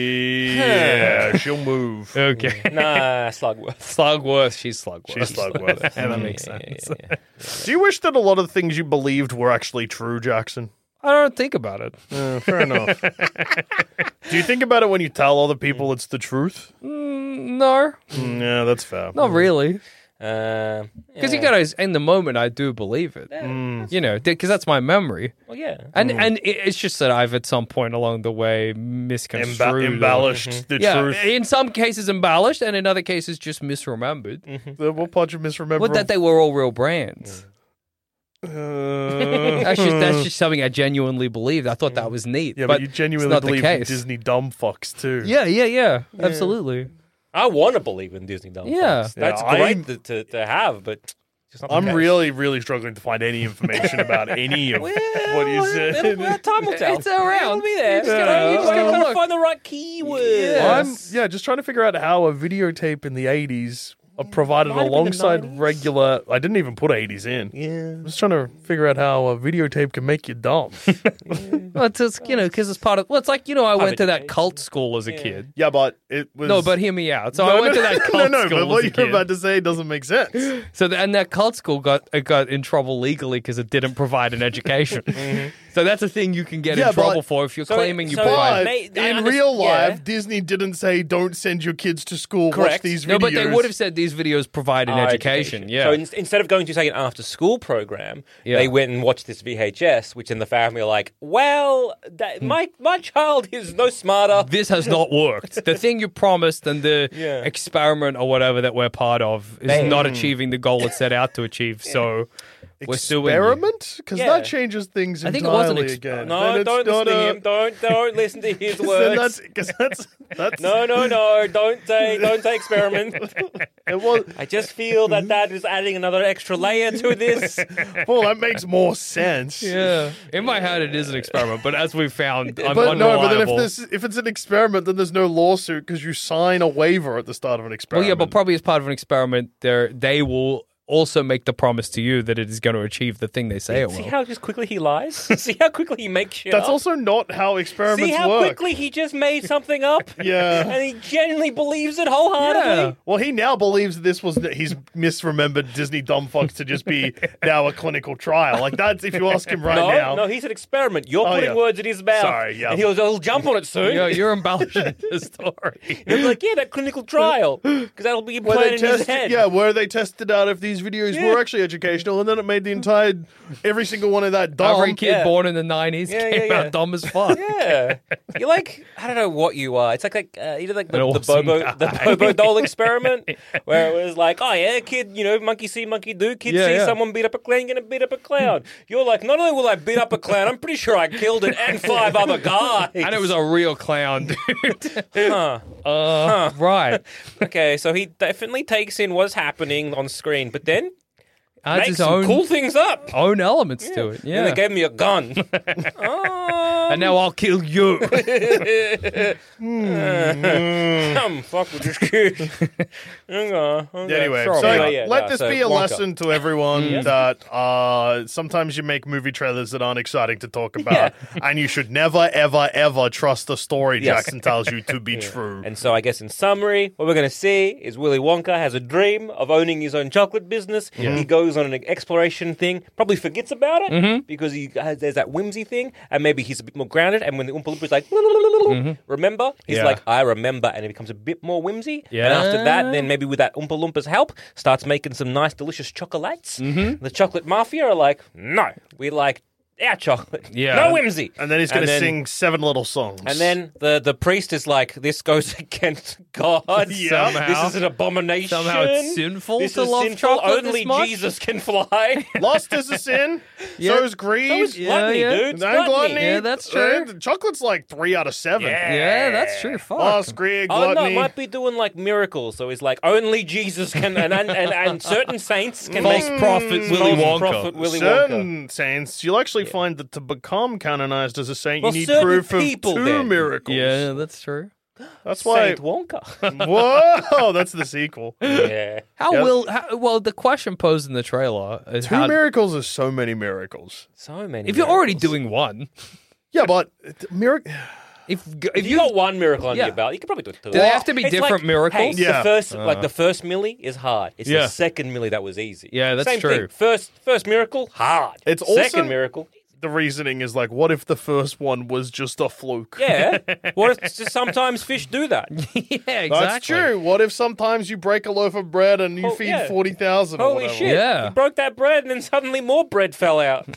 Speaker 5: Yeah, she'll
Speaker 6: [LAUGHS]
Speaker 5: move.
Speaker 6: Okay,
Speaker 7: nah, Slugworth.
Speaker 6: Slugworth. She's Slugworth.
Speaker 5: She's Slugworth.
Speaker 6: yeah, that makes sense.
Speaker 5: Do you wish that a lot of things you believed were actually true, Jackson?
Speaker 6: I don't think about it.
Speaker 5: Uh, fair enough. Do you think about it when you tell other people it's the truth?
Speaker 6: No,
Speaker 5: Mm, yeah, that's fair.
Speaker 6: not really.
Speaker 7: Uh,
Speaker 6: Because you got to, in the moment, I do believe it. You know, because that's my memory,
Speaker 7: well, yeah.
Speaker 6: and and it, it's just that I've at some point along the way misconstrued,
Speaker 5: Emba-
Speaker 6: or-
Speaker 5: embellished the Mm-hmm.
Speaker 6: Yeah,
Speaker 5: truth.
Speaker 6: in some cases embellished, and in other cases just misremembered.
Speaker 5: The- what part you misremember?
Speaker 6: But that they were all real brands.
Speaker 5: Uh,
Speaker 6: That's just that's just something I genuinely believed. I thought that was neat.
Speaker 5: yeah, but,
Speaker 6: Hmm. but
Speaker 5: you
Speaker 6: it's
Speaker 5: genuinely
Speaker 6: not
Speaker 5: believe
Speaker 6: the
Speaker 5: in
Speaker 6: case.
Speaker 5: Disney dumb fucks too.
Speaker 6: Yeah, yeah, yeah, Absolutely.
Speaker 7: I want to believe in Disney Dumb
Speaker 6: Yeah.
Speaker 7: Fucks. That's
Speaker 5: Yeah, I-
Speaker 7: great to, to, to have, but it's just not the
Speaker 5: I'm
Speaker 7: case.
Speaker 5: really, really struggling to find any information
Speaker 6: [LAUGHS]
Speaker 5: about any of what you
Speaker 7: It'll-
Speaker 5: said.
Speaker 7: well, time will tell.
Speaker 6: It's around.
Speaker 7: It'll be there.
Speaker 6: You just gotta- you just gotta
Speaker 7: gotta
Speaker 6: look.
Speaker 7: find the right keywords.
Speaker 5: Well, I'm yeah, just trying to figure out how a videotape in the '80s uh,
Speaker 6: Mm,
Speaker 5: provided
Speaker 7: Might have been the
Speaker 5: alongside
Speaker 7: 90s.
Speaker 5: regular. I didn't even put '80s in.
Speaker 7: Yeah.
Speaker 5: I'm just trying to figure out how a videotape can make you [LAUGHS] dumb.
Speaker 6: Well, it's, it's you know because it's part of. Well, it's like you know I went to that
Speaker 7: education.
Speaker 6: cult school as a [LAUGHS] kid.
Speaker 5: yeah, but it was
Speaker 6: No, but hear me out. So
Speaker 5: No,
Speaker 6: I
Speaker 5: [LAUGHS]
Speaker 6: went
Speaker 5: no,
Speaker 6: to [LAUGHS] that
Speaker 5: no,
Speaker 6: cult
Speaker 5: no.
Speaker 6: school
Speaker 5: But what
Speaker 6: as a
Speaker 5: you're
Speaker 6: kid.
Speaker 5: about to say doesn't make
Speaker 6: [LAUGHS]
Speaker 5: sense.
Speaker 6: So the, and that cult school got it got in trouble legally because it didn't provide
Speaker 5: [LAUGHS]
Speaker 6: an education. So that's a thing you can get
Speaker 5: Mm-hmm. Yeah,
Speaker 6: in trouble
Speaker 5: but-
Speaker 6: for if you're
Speaker 7: so-
Speaker 6: claiming you
Speaker 7: so-
Speaker 5: But
Speaker 6: provide.
Speaker 7: Mate, I
Speaker 5: in
Speaker 7: understand-
Speaker 5: real life,
Speaker 7: yeah.
Speaker 5: Disney didn't say don't send your kids to school. Watch
Speaker 7: Correct.
Speaker 5: these videos. Ah,
Speaker 6: No, but they would have said these videos provide an
Speaker 7: Our
Speaker 6: education. Yeah.
Speaker 7: So in, instead of going to say an after-school program,
Speaker 6: Yeah.
Speaker 7: they went and watched this VHS, which in the family are like, "Well,
Speaker 5: Hmm.
Speaker 7: that, my my child is no smarter."
Speaker 6: this has not
Speaker 5: [LAUGHS]
Speaker 6: worked. The thing you promised and the
Speaker 7: Yeah.
Speaker 6: experiment or whatever that we're part of is
Speaker 7: Bang.
Speaker 6: not achieving the goal it set out to achieve. So we're suing. you.
Speaker 5: experiment because
Speaker 7: Yeah.
Speaker 5: that changes things
Speaker 6: I think it
Speaker 5: entirely
Speaker 6: was an exp-
Speaker 5: again. Then
Speaker 7: no,
Speaker 5: it's
Speaker 7: don't listen
Speaker 5: not
Speaker 7: to
Speaker 5: a-
Speaker 7: him. Don't don't listen to his
Speaker 5: 'cause [LAUGHS] then
Speaker 7: words.
Speaker 5: that's because that's that's
Speaker 7: No, no, no! Don't say don't say experiment.
Speaker 5: [LAUGHS] it was.
Speaker 7: I just feel that that is adding another extra layer to this.
Speaker 5: [LAUGHS] Well, that makes more sense.
Speaker 6: Yeah. In my head, it is an experiment, but as we found, un-
Speaker 5: But no, but then if
Speaker 6: unreliable.
Speaker 5: this if it's an experiment, then there's no lawsuit because you sign a waiver at the start of an
Speaker 6: Well,
Speaker 5: experiment.
Speaker 6: yeah, but probably as part of an experiment, they they will also make the promise to you that it is going to achieve the thing they say it
Speaker 7: See
Speaker 6: will.
Speaker 7: how just quickly he lies. [LAUGHS] See how quickly he makes shit
Speaker 5: that's
Speaker 7: up.
Speaker 5: also not how experiments
Speaker 7: See how
Speaker 5: work.
Speaker 7: quickly he just made something up.
Speaker 5: [LAUGHS] Yeah.
Speaker 7: and he genuinely believes it wholeheartedly.
Speaker 5: Well, he now believes this was that he's misremembered Disney dumb fucks to just
Speaker 7: [LAUGHS]
Speaker 5: be now a clinical trial. Like that's if you ask him right
Speaker 7: no,
Speaker 5: now.
Speaker 7: no, he said experiment. You're
Speaker 5: Oh,
Speaker 7: putting
Speaker 5: yeah.
Speaker 7: words in his mouth.
Speaker 5: Sorry, yeah.
Speaker 7: And he'll, he'll jump on it soon. [LAUGHS]
Speaker 6: Yeah, you're embellishing [LAUGHS] the story.
Speaker 7: He'll be like, yeah, that
Speaker 5: [GASPS]
Speaker 7: clinical trial. Because that'll be
Speaker 5: where they
Speaker 7: implanted in his
Speaker 5: tested,
Speaker 7: head.
Speaker 5: yeah, where they tested out if these videos
Speaker 7: Yeah.
Speaker 5: were actually educational, and then it made the entire every single one of that dumb.
Speaker 6: Every kid
Speaker 7: yeah.
Speaker 6: born in the 90s
Speaker 7: Yeah,
Speaker 6: came
Speaker 7: yeah, yeah.
Speaker 6: out dumb as fuck.
Speaker 7: Yeah. You're like, I don't know what you are. It's like, like uh, you know, like the,
Speaker 6: An
Speaker 7: the
Speaker 6: awesome
Speaker 7: Bobo
Speaker 6: guy.
Speaker 7: the
Speaker 6: [LAUGHS]
Speaker 7: Bobo doll experiment, where it was like, oh yeah, kid, you know, monkey see, monkey do. Kid
Speaker 6: Yeah,
Speaker 7: see
Speaker 6: yeah.
Speaker 7: someone beat up a clown, you're gonna beat up a clown. You're like, not only will I beat up a clown, I'm pretty sure I killed it and five
Speaker 6: [LAUGHS]
Speaker 7: other guys.
Speaker 6: And it was a real clown, [LAUGHS] dude.
Speaker 7: Huh.
Speaker 6: Uh, Right.
Speaker 7: Okay, so he definitely takes in what's happening on screen, but then
Speaker 6: Adds
Speaker 7: makes
Speaker 6: his
Speaker 7: some
Speaker 6: own,
Speaker 7: cool things up.
Speaker 6: own elements to it.
Speaker 7: And
Speaker 6: Yeah.
Speaker 7: they gave me a gun. oh,
Speaker 6: and now I'll kill [LAUGHS] you.
Speaker 7: come fuck with
Speaker 5: [LAUGHS]
Speaker 7: this kid. Hang on, okay,
Speaker 5: Anyway,
Speaker 7: sorry.
Speaker 5: so
Speaker 7: Anyway, yeah,
Speaker 5: let
Speaker 7: no,
Speaker 5: this
Speaker 7: so
Speaker 5: be a
Speaker 7: Wonka. Mm-hmm.
Speaker 5: lesson to everyone that uh, sometimes you make movie trailers that aren't exciting to talk about, [LAUGHS] and you should never, ever, ever trust the story
Speaker 7: Yes.
Speaker 5: Jackson tells you to
Speaker 7: [LAUGHS]
Speaker 5: be true.
Speaker 7: And so I guess in summary, what we're going to see is Willy Wonka has a dream of owning his own chocolate business. He goes goes on an exploration thing, probably forgets about it
Speaker 5: Mm-hmm.
Speaker 7: because he has, there's that whimsy thing, and maybe he's a bit more grounded. And when the Oompa Loompa like, remember, he's
Speaker 5: Mm-hmm. Yeah.
Speaker 7: like, I remember, and it becomes a bit more whimsy. And after that, then maybe with that Oompa Loompa's help, starts making some nice, delicious chocolates.
Speaker 5: Mm-hmm.
Speaker 7: The chocolate mafia are like, no, we like our chocolate.
Speaker 6: Yeah.
Speaker 7: No whimsy.
Speaker 5: And then he's going to
Speaker 7: then-
Speaker 5: sing seven little songs.
Speaker 7: and then the, the priest is like, "This goes [LAUGHS] against God.
Speaker 6: [LAUGHS] Somehow.
Speaker 7: This is an abomination.
Speaker 6: Somehow it's sinful
Speaker 7: This
Speaker 6: to
Speaker 7: is
Speaker 6: love
Speaker 7: sinful.
Speaker 6: chocolate
Speaker 7: Only
Speaker 6: this much?"
Speaker 7: Jesus can fly. [LAUGHS]
Speaker 5: [LAUGHS] lust is a sin. So is greed.
Speaker 7: So is gluttony,
Speaker 6: yeah.
Speaker 7: dude.
Speaker 5: And
Speaker 7: It's
Speaker 5: then gluttony.
Speaker 6: Yeah, that's true.
Speaker 5: And chocolate's like three out of seven.
Speaker 6: Yeah, that's true. Fuck.
Speaker 5: Lust, greed,
Speaker 7: Oh no,
Speaker 5: gluttony.
Speaker 7: it might be doing like miracles. So he's like, only Jesus can, and and, and, and certain saints can
Speaker 6: False
Speaker 7: make
Speaker 6: prophet Willy
Speaker 7: false
Speaker 6: Wonka.
Speaker 7: prophet Willy Wonka.
Speaker 5: certain saints, you'll actually find that to become canonized as a saint,
Speaker 7: Well,
Speaker 5: you need
Speaker 7: certain
Speaker 5: proof of
Speaker 7: people
Speaker 5: two
Speaker 7: then.
Speaker 5: miracles.
Speaker 6: yeah, that's true.
Speaker 5: That's why. [LAUGHS]
Speaker 7: Saint Wonka.
Speaker 5: Whoa, that's the sequel. [LAUGHS] Two
Speaker 7: yeah.
Speaker 6: How
Speaker 5: Yep.
Speaker 6: will how, well the question posed in the trailer is how
Speaker 5: miracles is so many miracles.
Speaker 7: So many.
Speaker 6: if you're already
Speaker 7: miracles.
Speaker 6: doing one,
Speaker 5: Yeah, but miracle.
Speaker 6: if
Speaker 7: If you got one miracle on
Speaker 6: Yeah.
Speaker 7: your belt, you could probably do two.
Speaker 6: Do they have to be
Speaker 7: It's
Speaker 6: different
Speaker 7: like,
Speaker 6: miracles? Uh.
Speaker 7: Hey,
Speaker 5: Yeah.
Speaker 7: The first, like the first milli is hard. It's
Speaker 6: Yeah.
Speaker 7: the second milli that was easy.
Speaker 6: Yeah, that's
Speaker 7: Same
Speaker 6: true.
Speaker 7: Thing. First, first miracle hard.
Speaker 5: It's
Speaker 7: second
Speaker 5: also-
Speaker 7: miracle.
Speaker 5: The reasoning is like, what if the first one was just a fluke?
Speaker 7: Yeah.
Speaker 6: [LAUGHS]
Speaker 7: what? If, just sometimes fish do that.
Speaker 6: yeah, exactly.
Speaker 5: That's true. What if sometimes you break a loaf of bread and you
Speaker 7: Oh,
Speaker 5: feed
Speaker 7: yeah.
Speaker 5: 40,000 or
Speaker 7: Holy
Speaker 5: whatever?
Speaker 7: shit!
Speaker 6: Yeah.
Speaker 7: You broke that bread, and then suddenly more bread
Speaker 6: [LAUGHS]
Speaker 7: fell out.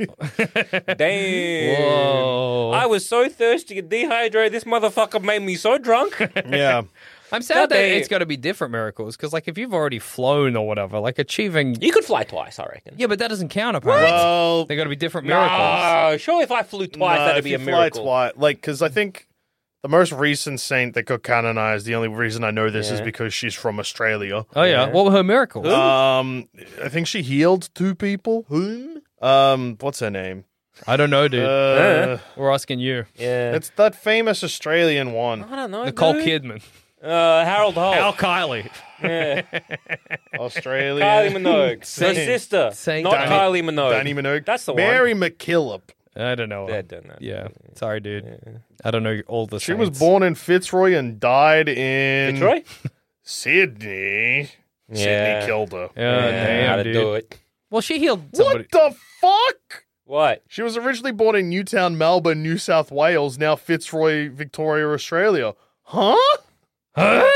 Speaker 7: Damn.
Speaker 6: Whoa.
Speaker 7: I was so thirsty and dehydrated. This motherfucker made me so drunk. [LAUGHS]
Speaker 5: Yeah.
Speaker 6: I'm sad
Speaker 7: Not
Speaker 6: that
Speaker 7: they-
Speaker 6: it's got to be different miracles because, like, if you've already flown or whatever, like achieving.
Speaker 7: you could fly twice, I reckon.
Speaker 6: Yeah, but that doesn't count apparently.
Speaker 5: Well,
Speaker 6: They got to be different miracles.
Speaker 7: No, surely if I flew twice,
Speaker 5: nah,
Speaker 7: that'd
Speaker 5: if
Speaker 7: be
Speaker 5: you
Speaker 7: a miracle.
Speaker 5: Fly twice, like, because I think the most recent saint that got canonized, the only reason I know this is
Speaker 7: Yeah.
Speaker 5: because she's from Australia.
Speaker 6: Oh yeah, what were her miracles?
Speaker 5: Um, I think she healed two people. Whom? Um, what's her name?
Speaker 6: I don't know, dude.
Speaker 5: Uh,
Speaker 6: we're asking you,
Speaker 7: Yeah.
Speaker 5: it's that famous Australian one.
Speaker 7: I don't know.
Speaker 6: Nicole
Speaker 7: dude.
Speaker 6: Kidman,
Speaker 7: Uh, Harold Holt.
Speaker 6: Al Kiley.
Speaker 5: [LAUGHS] Australia. [LAUGHS]
Speaker 7: Kylie Minogue. Her
Speaker 6: Saint-
Speaker 7: sister.
Speaker 6: Saint-
Speaker 7: not
Speaker 6: Danny-
Speaker 7: Kylie Minogue.
Speaker 5: Danny Minogue.
Speaker 7: That's the
Speaker 5: Mary McKillop.
Speaker 6: I don't know.
Speaker 7: one. Yeah, done that.
Speaker 6: Yeah, sorry, dude. I don't know all the.
Speaker 5: She was
Speaker 6: saints.
Speaker 5: born in Fitzroy and died in
Speaker 7: Detroit?
Speaker 5: Sydney. Sydney
Speaker 7: Yeah.
Speaker 5: killed her.
Speaker 6: Yeah,
Speaker 7: Uh, yeah, how
Speaker 6: damn,
Speaker 7: to
Speaker 6: dude.
Speaker 7: do it.
Speaker 6: Well, she healed somebody.
Speaker 5: What the fuck?
Speaker 7: What?
Speaker 5: She was originally born in Newtown, Melbourne, New South Wales, now Fitzroy, Victoria, Australia. Huh?
Speaker 6: Huh?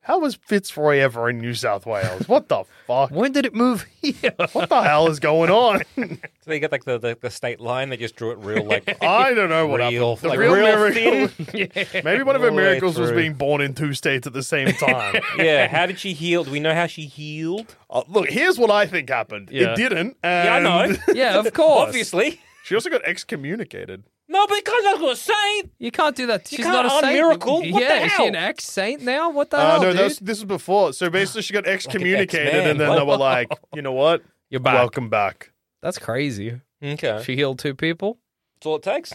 Speaker 5: How was Fitzroy ever in New South Wales? What the fuck?
Speaker 6: When did it move [LAUGHS] here?
Speaker 5: What the hell is going on?
Speaker 7: [LAUGHS] So they got like the, the, the state line, they just drew it real
Speaker 5: [LAUGHS]
Speaker 7: like
Speaker 5: I don't know what
Speaker 7: real,
Speaker 5: happened. The
Speaker 7: like,
Speaker 5: real, miracle.
Speaker 7: thin.
Speaker 5: [LAUGHS] Maybe one of her
Speaker 7: All the way
Speaker 5: miracles was
Speaker 7: through.
Speaker 5: being born in two states at the same
Speaker 7: [LAUGHS]
Speaker 5: time.
Speaker 7: Yeah, how did she heal? Do we know how she healed?
Speaker 5: Uh, look, here's what I think happened.
Speaker 6: Yeah.
Speaker 5: It didn't.
Speaker 7: Yeah, I
Speaker 5: And [LAUGHS]
Speaker 7: know.
Speaker 6: yeah, of course.
Speaker 7: Obviously.
Speaker 5: She also got excommunicated.
Speaker 7: No, but because I was saying
Speaker 6: You can't do that.
Speaker 7: You
Speaker 6: She's
Speaker 7: can't
Speaker 6: not a saint.
Speaker 7: un-miracle? What the
Speaker 6: Yeah, is she
Speaker 7: hell?
Speaker 6: an ex saint now? What the
Speaker 5: Uh,
Speaker 6: hell,
Speaker 5: no,
Speaker 6: Oh, dude?
Speaker 5: this, this was before. So basically, she got excommunicated,
Speaker 7: X-Men.
Speaker 5: and then they were like, you know what?
Speaker 6: You're [LAUGHS] back.
Speaker 5: Welcome back.
Speaker 6: That's crazy.
Speaker 7: Okay.
Speaker 6: She healed two people.
Speaker 7: That's all it takes.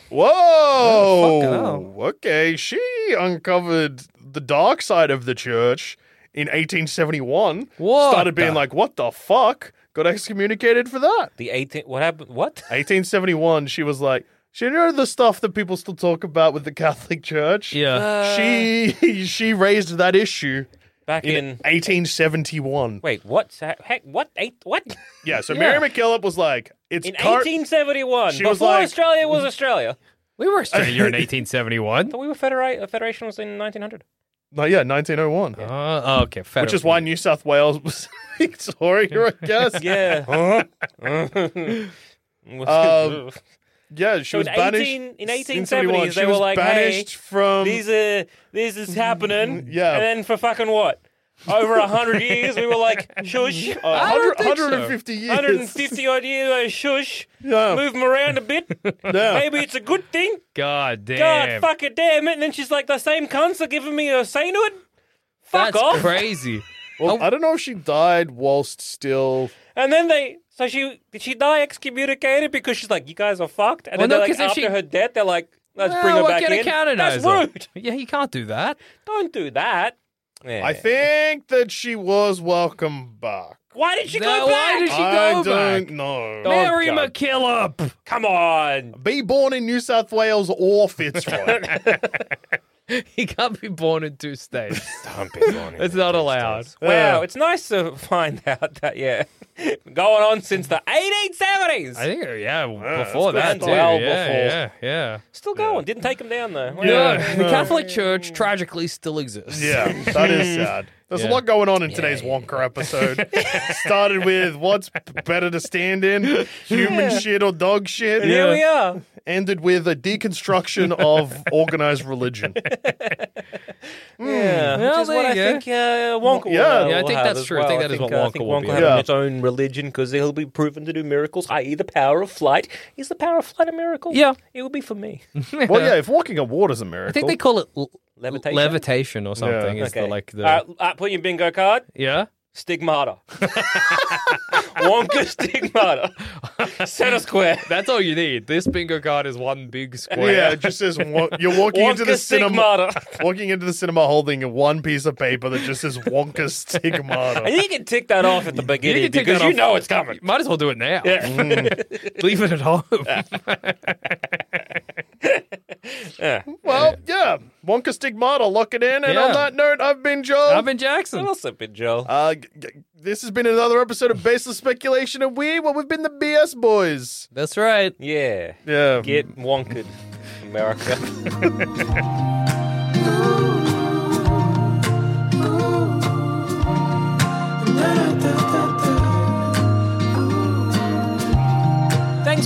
Speaker 5: Whoa. okay. She uncovered the dark side of the church in 1871.
Speaker 6: What
Speaker 5: Started being
Speaker 6: the-
Speaker 5: like, what the fuck? Got excommunicated for that.
Speaker 7: The 18th what happened? What?
Speaker 5: 1871, she was like, she know the stuff that people still talk about with the Catholic Church.
Speaker 6: Yeah.
Speaker 5: She [LAUGHS] she raised that issue
Speaker 7: Back
Speaker 5: in,
Speaker 7: in
Speaker 5: 1871.
Speaker 7: Wait, what? Heck, what? Eight, what?
Speaker 5: Yeah, so Mary McKillop was like, it's
Speaker 7: In
Speaker 5: car-
Speaker 7: 1871,
Speaker 5: She
Speaker 7: before
Speaker 5: was like-
Speaker 7: Australia was Australia.
Speaker 6: we were Australia in
Speaker 7: [LAUGHS]
Speaker 6: 1871.
Speaker 7: But we were federate. uh, Federation was in 1900.
Speaker 5: No, yeah, 1901.
Speaker 6: Uh, okay, fair.
Speaker 5: Which is why New South Wales was [LAUGHS] Victoria,
Speaker 7: [LAUGHS]
Speaker 5: I guess.
Speaker 7: Yeah.
Speaker 5: Um, Yeah, she
Speaker 7: So
Speaker 5: was
Speaker 7: in
Speaker 5: banished
Speaker 7: 18 in
Speaker 5: 1871,
Speaker 7: 1870s,
Speaker 5: she
Speaker 7: they were
Speaker 5: was
Speaker 7: like,
Speaker 5: banished
Speaker 7: "Hey,
Speaker 5: from
Speaker 7: these are this is happening."
Speaker 5: Um, yeah.
Speaker 7: And then for fucking what? Over a hundred years, we were like, "Shush."
Speaker 5: uh, 100,
Speaker 6: think so.
Speaker 5: 150 [LAUGHS] years.
Speaker 7: 150 odd years, uh, shush.
Speaker 5: Yeah.
Speaker 7: Move them around a bit. Maybe it's a good thing.
Speaker 6: God damn.
Speaker 7: God, fuck it, damn it. And then she's like, the same cunts are giving me a sainthood. Fuck
Speaker 6: That's [LAUGHS]
Speaker 7: off.
Speaker 6: crazy.
Speaker 5: Well, I don't know if she died whilst still.
Speaker 7: And then they, so she did she die excommunicated because she's like, you guys are fucked. And
Speaker 6: Well,
Speaker 7: then they're
Speaker 6: no,
Speaker 7: like,
Speaker 6: 'cause if
Speaker 7: after
Speaker 6: she-
Speaker 7: her death, they're like, let's
Speaker 6: Well,
Speaker 7: bring her
Speaker 6: we're
Speaker 7: back
Speaker 6: gonna
Speaker 7: in.
Speaker 6: canonize
Speaker 7: That's
Speaker 6: her.
Speaker 7: rude.
Speaker 6: Yeah, you can't do that.
Speaker 7: Don't do that. Yeah.
Speaker 5: I think that she was welcome back.
Speaker 7: Why did she
Speaker 6: Now,
Speaker 7: go back?
Speaker 6: why did she
Speaker 5: I
Speaker 6: go
Speaker 5: don't
Speaker 6: back?
Speaker 5: know.
Speaker 6: Mary
Speaker 7: Oh, God. [LAUGHS]
Speaker 6: McKillop.
Speaker 7: Come on. [LAUGHS]
Speaker 5: Be born in New South Wales or Fitzroy.
Speaker 6: He can't be born in two states.
Speaker 7: [LAUGHS] Don't be born in
Speaker 6: It's
Speaker 7: the
Speaker 6: not
Speaker 7: United
Speaker 6: allowed.
Speaker 7: States. Wow, it's nice to [LAUGHS] find out that yeah, [LAUGHS] going on since the 1870s.
Speaker 6: I think, uh, yeah, before that,
Speaker 7: that's good.
Speaker 6: too.
Speaker 7: Well
Speaker 6: yeah,
Speaker 7: before.
Speaker 6: yeah, yeah.
Speaker 7: Still going. Didn't take him down though. Wow. [LAUGHS]
Speaker 6: Yeah, the Catholic Church tragically still exists. [LAUGHS]
Speaker 5: Yeah, that is sad. There's a
Speaker 6: Yeah.
Speaker 5: lot going on in today's Wonka
Speaker 6: [LAUGHS]
Speaker 5: episode. Started with what's better to stand in, human shit or dog shit.
Speaker 7: And here we are.
Speaker 5: Ended with a deconstruction
Speaker 6: [LAUGHS]
Speaker 5: of organized religion.
Speaker 7: Yeah,
Speaker 6: Well,
Speaker 7: Hmm. which is what
Speaker 6: there
Speaker 7: I
Speaker 6: you go.
Speaker 7: think uh, Wonka. will,
Speaker 5: Yeah.
Speaker 7: uh,
Speaker 6: Yeah, I
Speaker 7: will
Speaker 6: think
Speaker 7: have
Speaker 6: that's
Speaker 7: as
Speaker 6: true. I
Speaker 7: well.
Speaker 6: think that is what
Speaker 7: I
Speaker 6: Wonka
Speaker 7: think
Speaker 6: will
Speaker 7: Wonka
Speaker 6: be.
Speaker 7: will have
Speaker 5: Yeah.
Speaker 7: its own religion because he'll be proven to do miracles, i.e., the power of flight. Is the power of flight a miracle?
Speaker 6: Yeah.
Speaker 7: it would be
Speaker 6: [LAUGHS]
Speaker 7: for me.
Speaker 5: well, yeah, if walking on water's a
Speaker 6: I
Speaker 5: miracle.
Speaker 6: think they call it l-
Speaker 7: Levitation? Uh,
Speaker 6: levitation or something.
Speaker 5: Yeah.
Speaker 6: Is the, like the
Speaker 7: All right, all right, put your bingo card.
Speaker 6: yeah. [LAUGHS]
Speaker 7: Stigmata. Wonka stigmata. Center square.
Speaker 6: That's all you need. This bingo card is one big square.
Speaker 5: yeah, it just says wa- you're walking into
Speaker 7: Wonka
Speaker 5: the cinema,
Speaker 7: stigmata.
Speaker 5: walking into the cinema holding one piece of paper that just says
Speaker 6: [LAUGHS]
Speaker 5: Wonka
Speaker 7: And
Speaker 5: stigmata.
Speaker 7: you can tick that off at the beginning
Speaker 6: can tick
Speaker 7: because
Speaker 6: that
Speaker 7: you
Speaker 6: off. Mm.
Speaker 7: know it's coming.
Speaker 6: Might as well do it now. Leave it at
Speaker 7: [LAUGHS]
Speaker 6: home.
Speaker 5: Well, yeah, Wonka stigmata. Lock it in. And
Speaker 6: Yeah.
Speaker 5: on that note, I've been Joel.
Speaker 6: I've been Jackson.
Speaker 7: What else have been, Joel?
Speaker 5: Uh, g- g- this has been another episode of Baseless Speculation, and we, well, we've been the BS boys.
Speaker 6: That's right.
Speaker 7: [LAUGHS] yeah.
Speaker 5: Yeah.
Speaker 7: Get wonkered, America.
Speaker 1: Thanks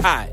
Speaker 8: Hi,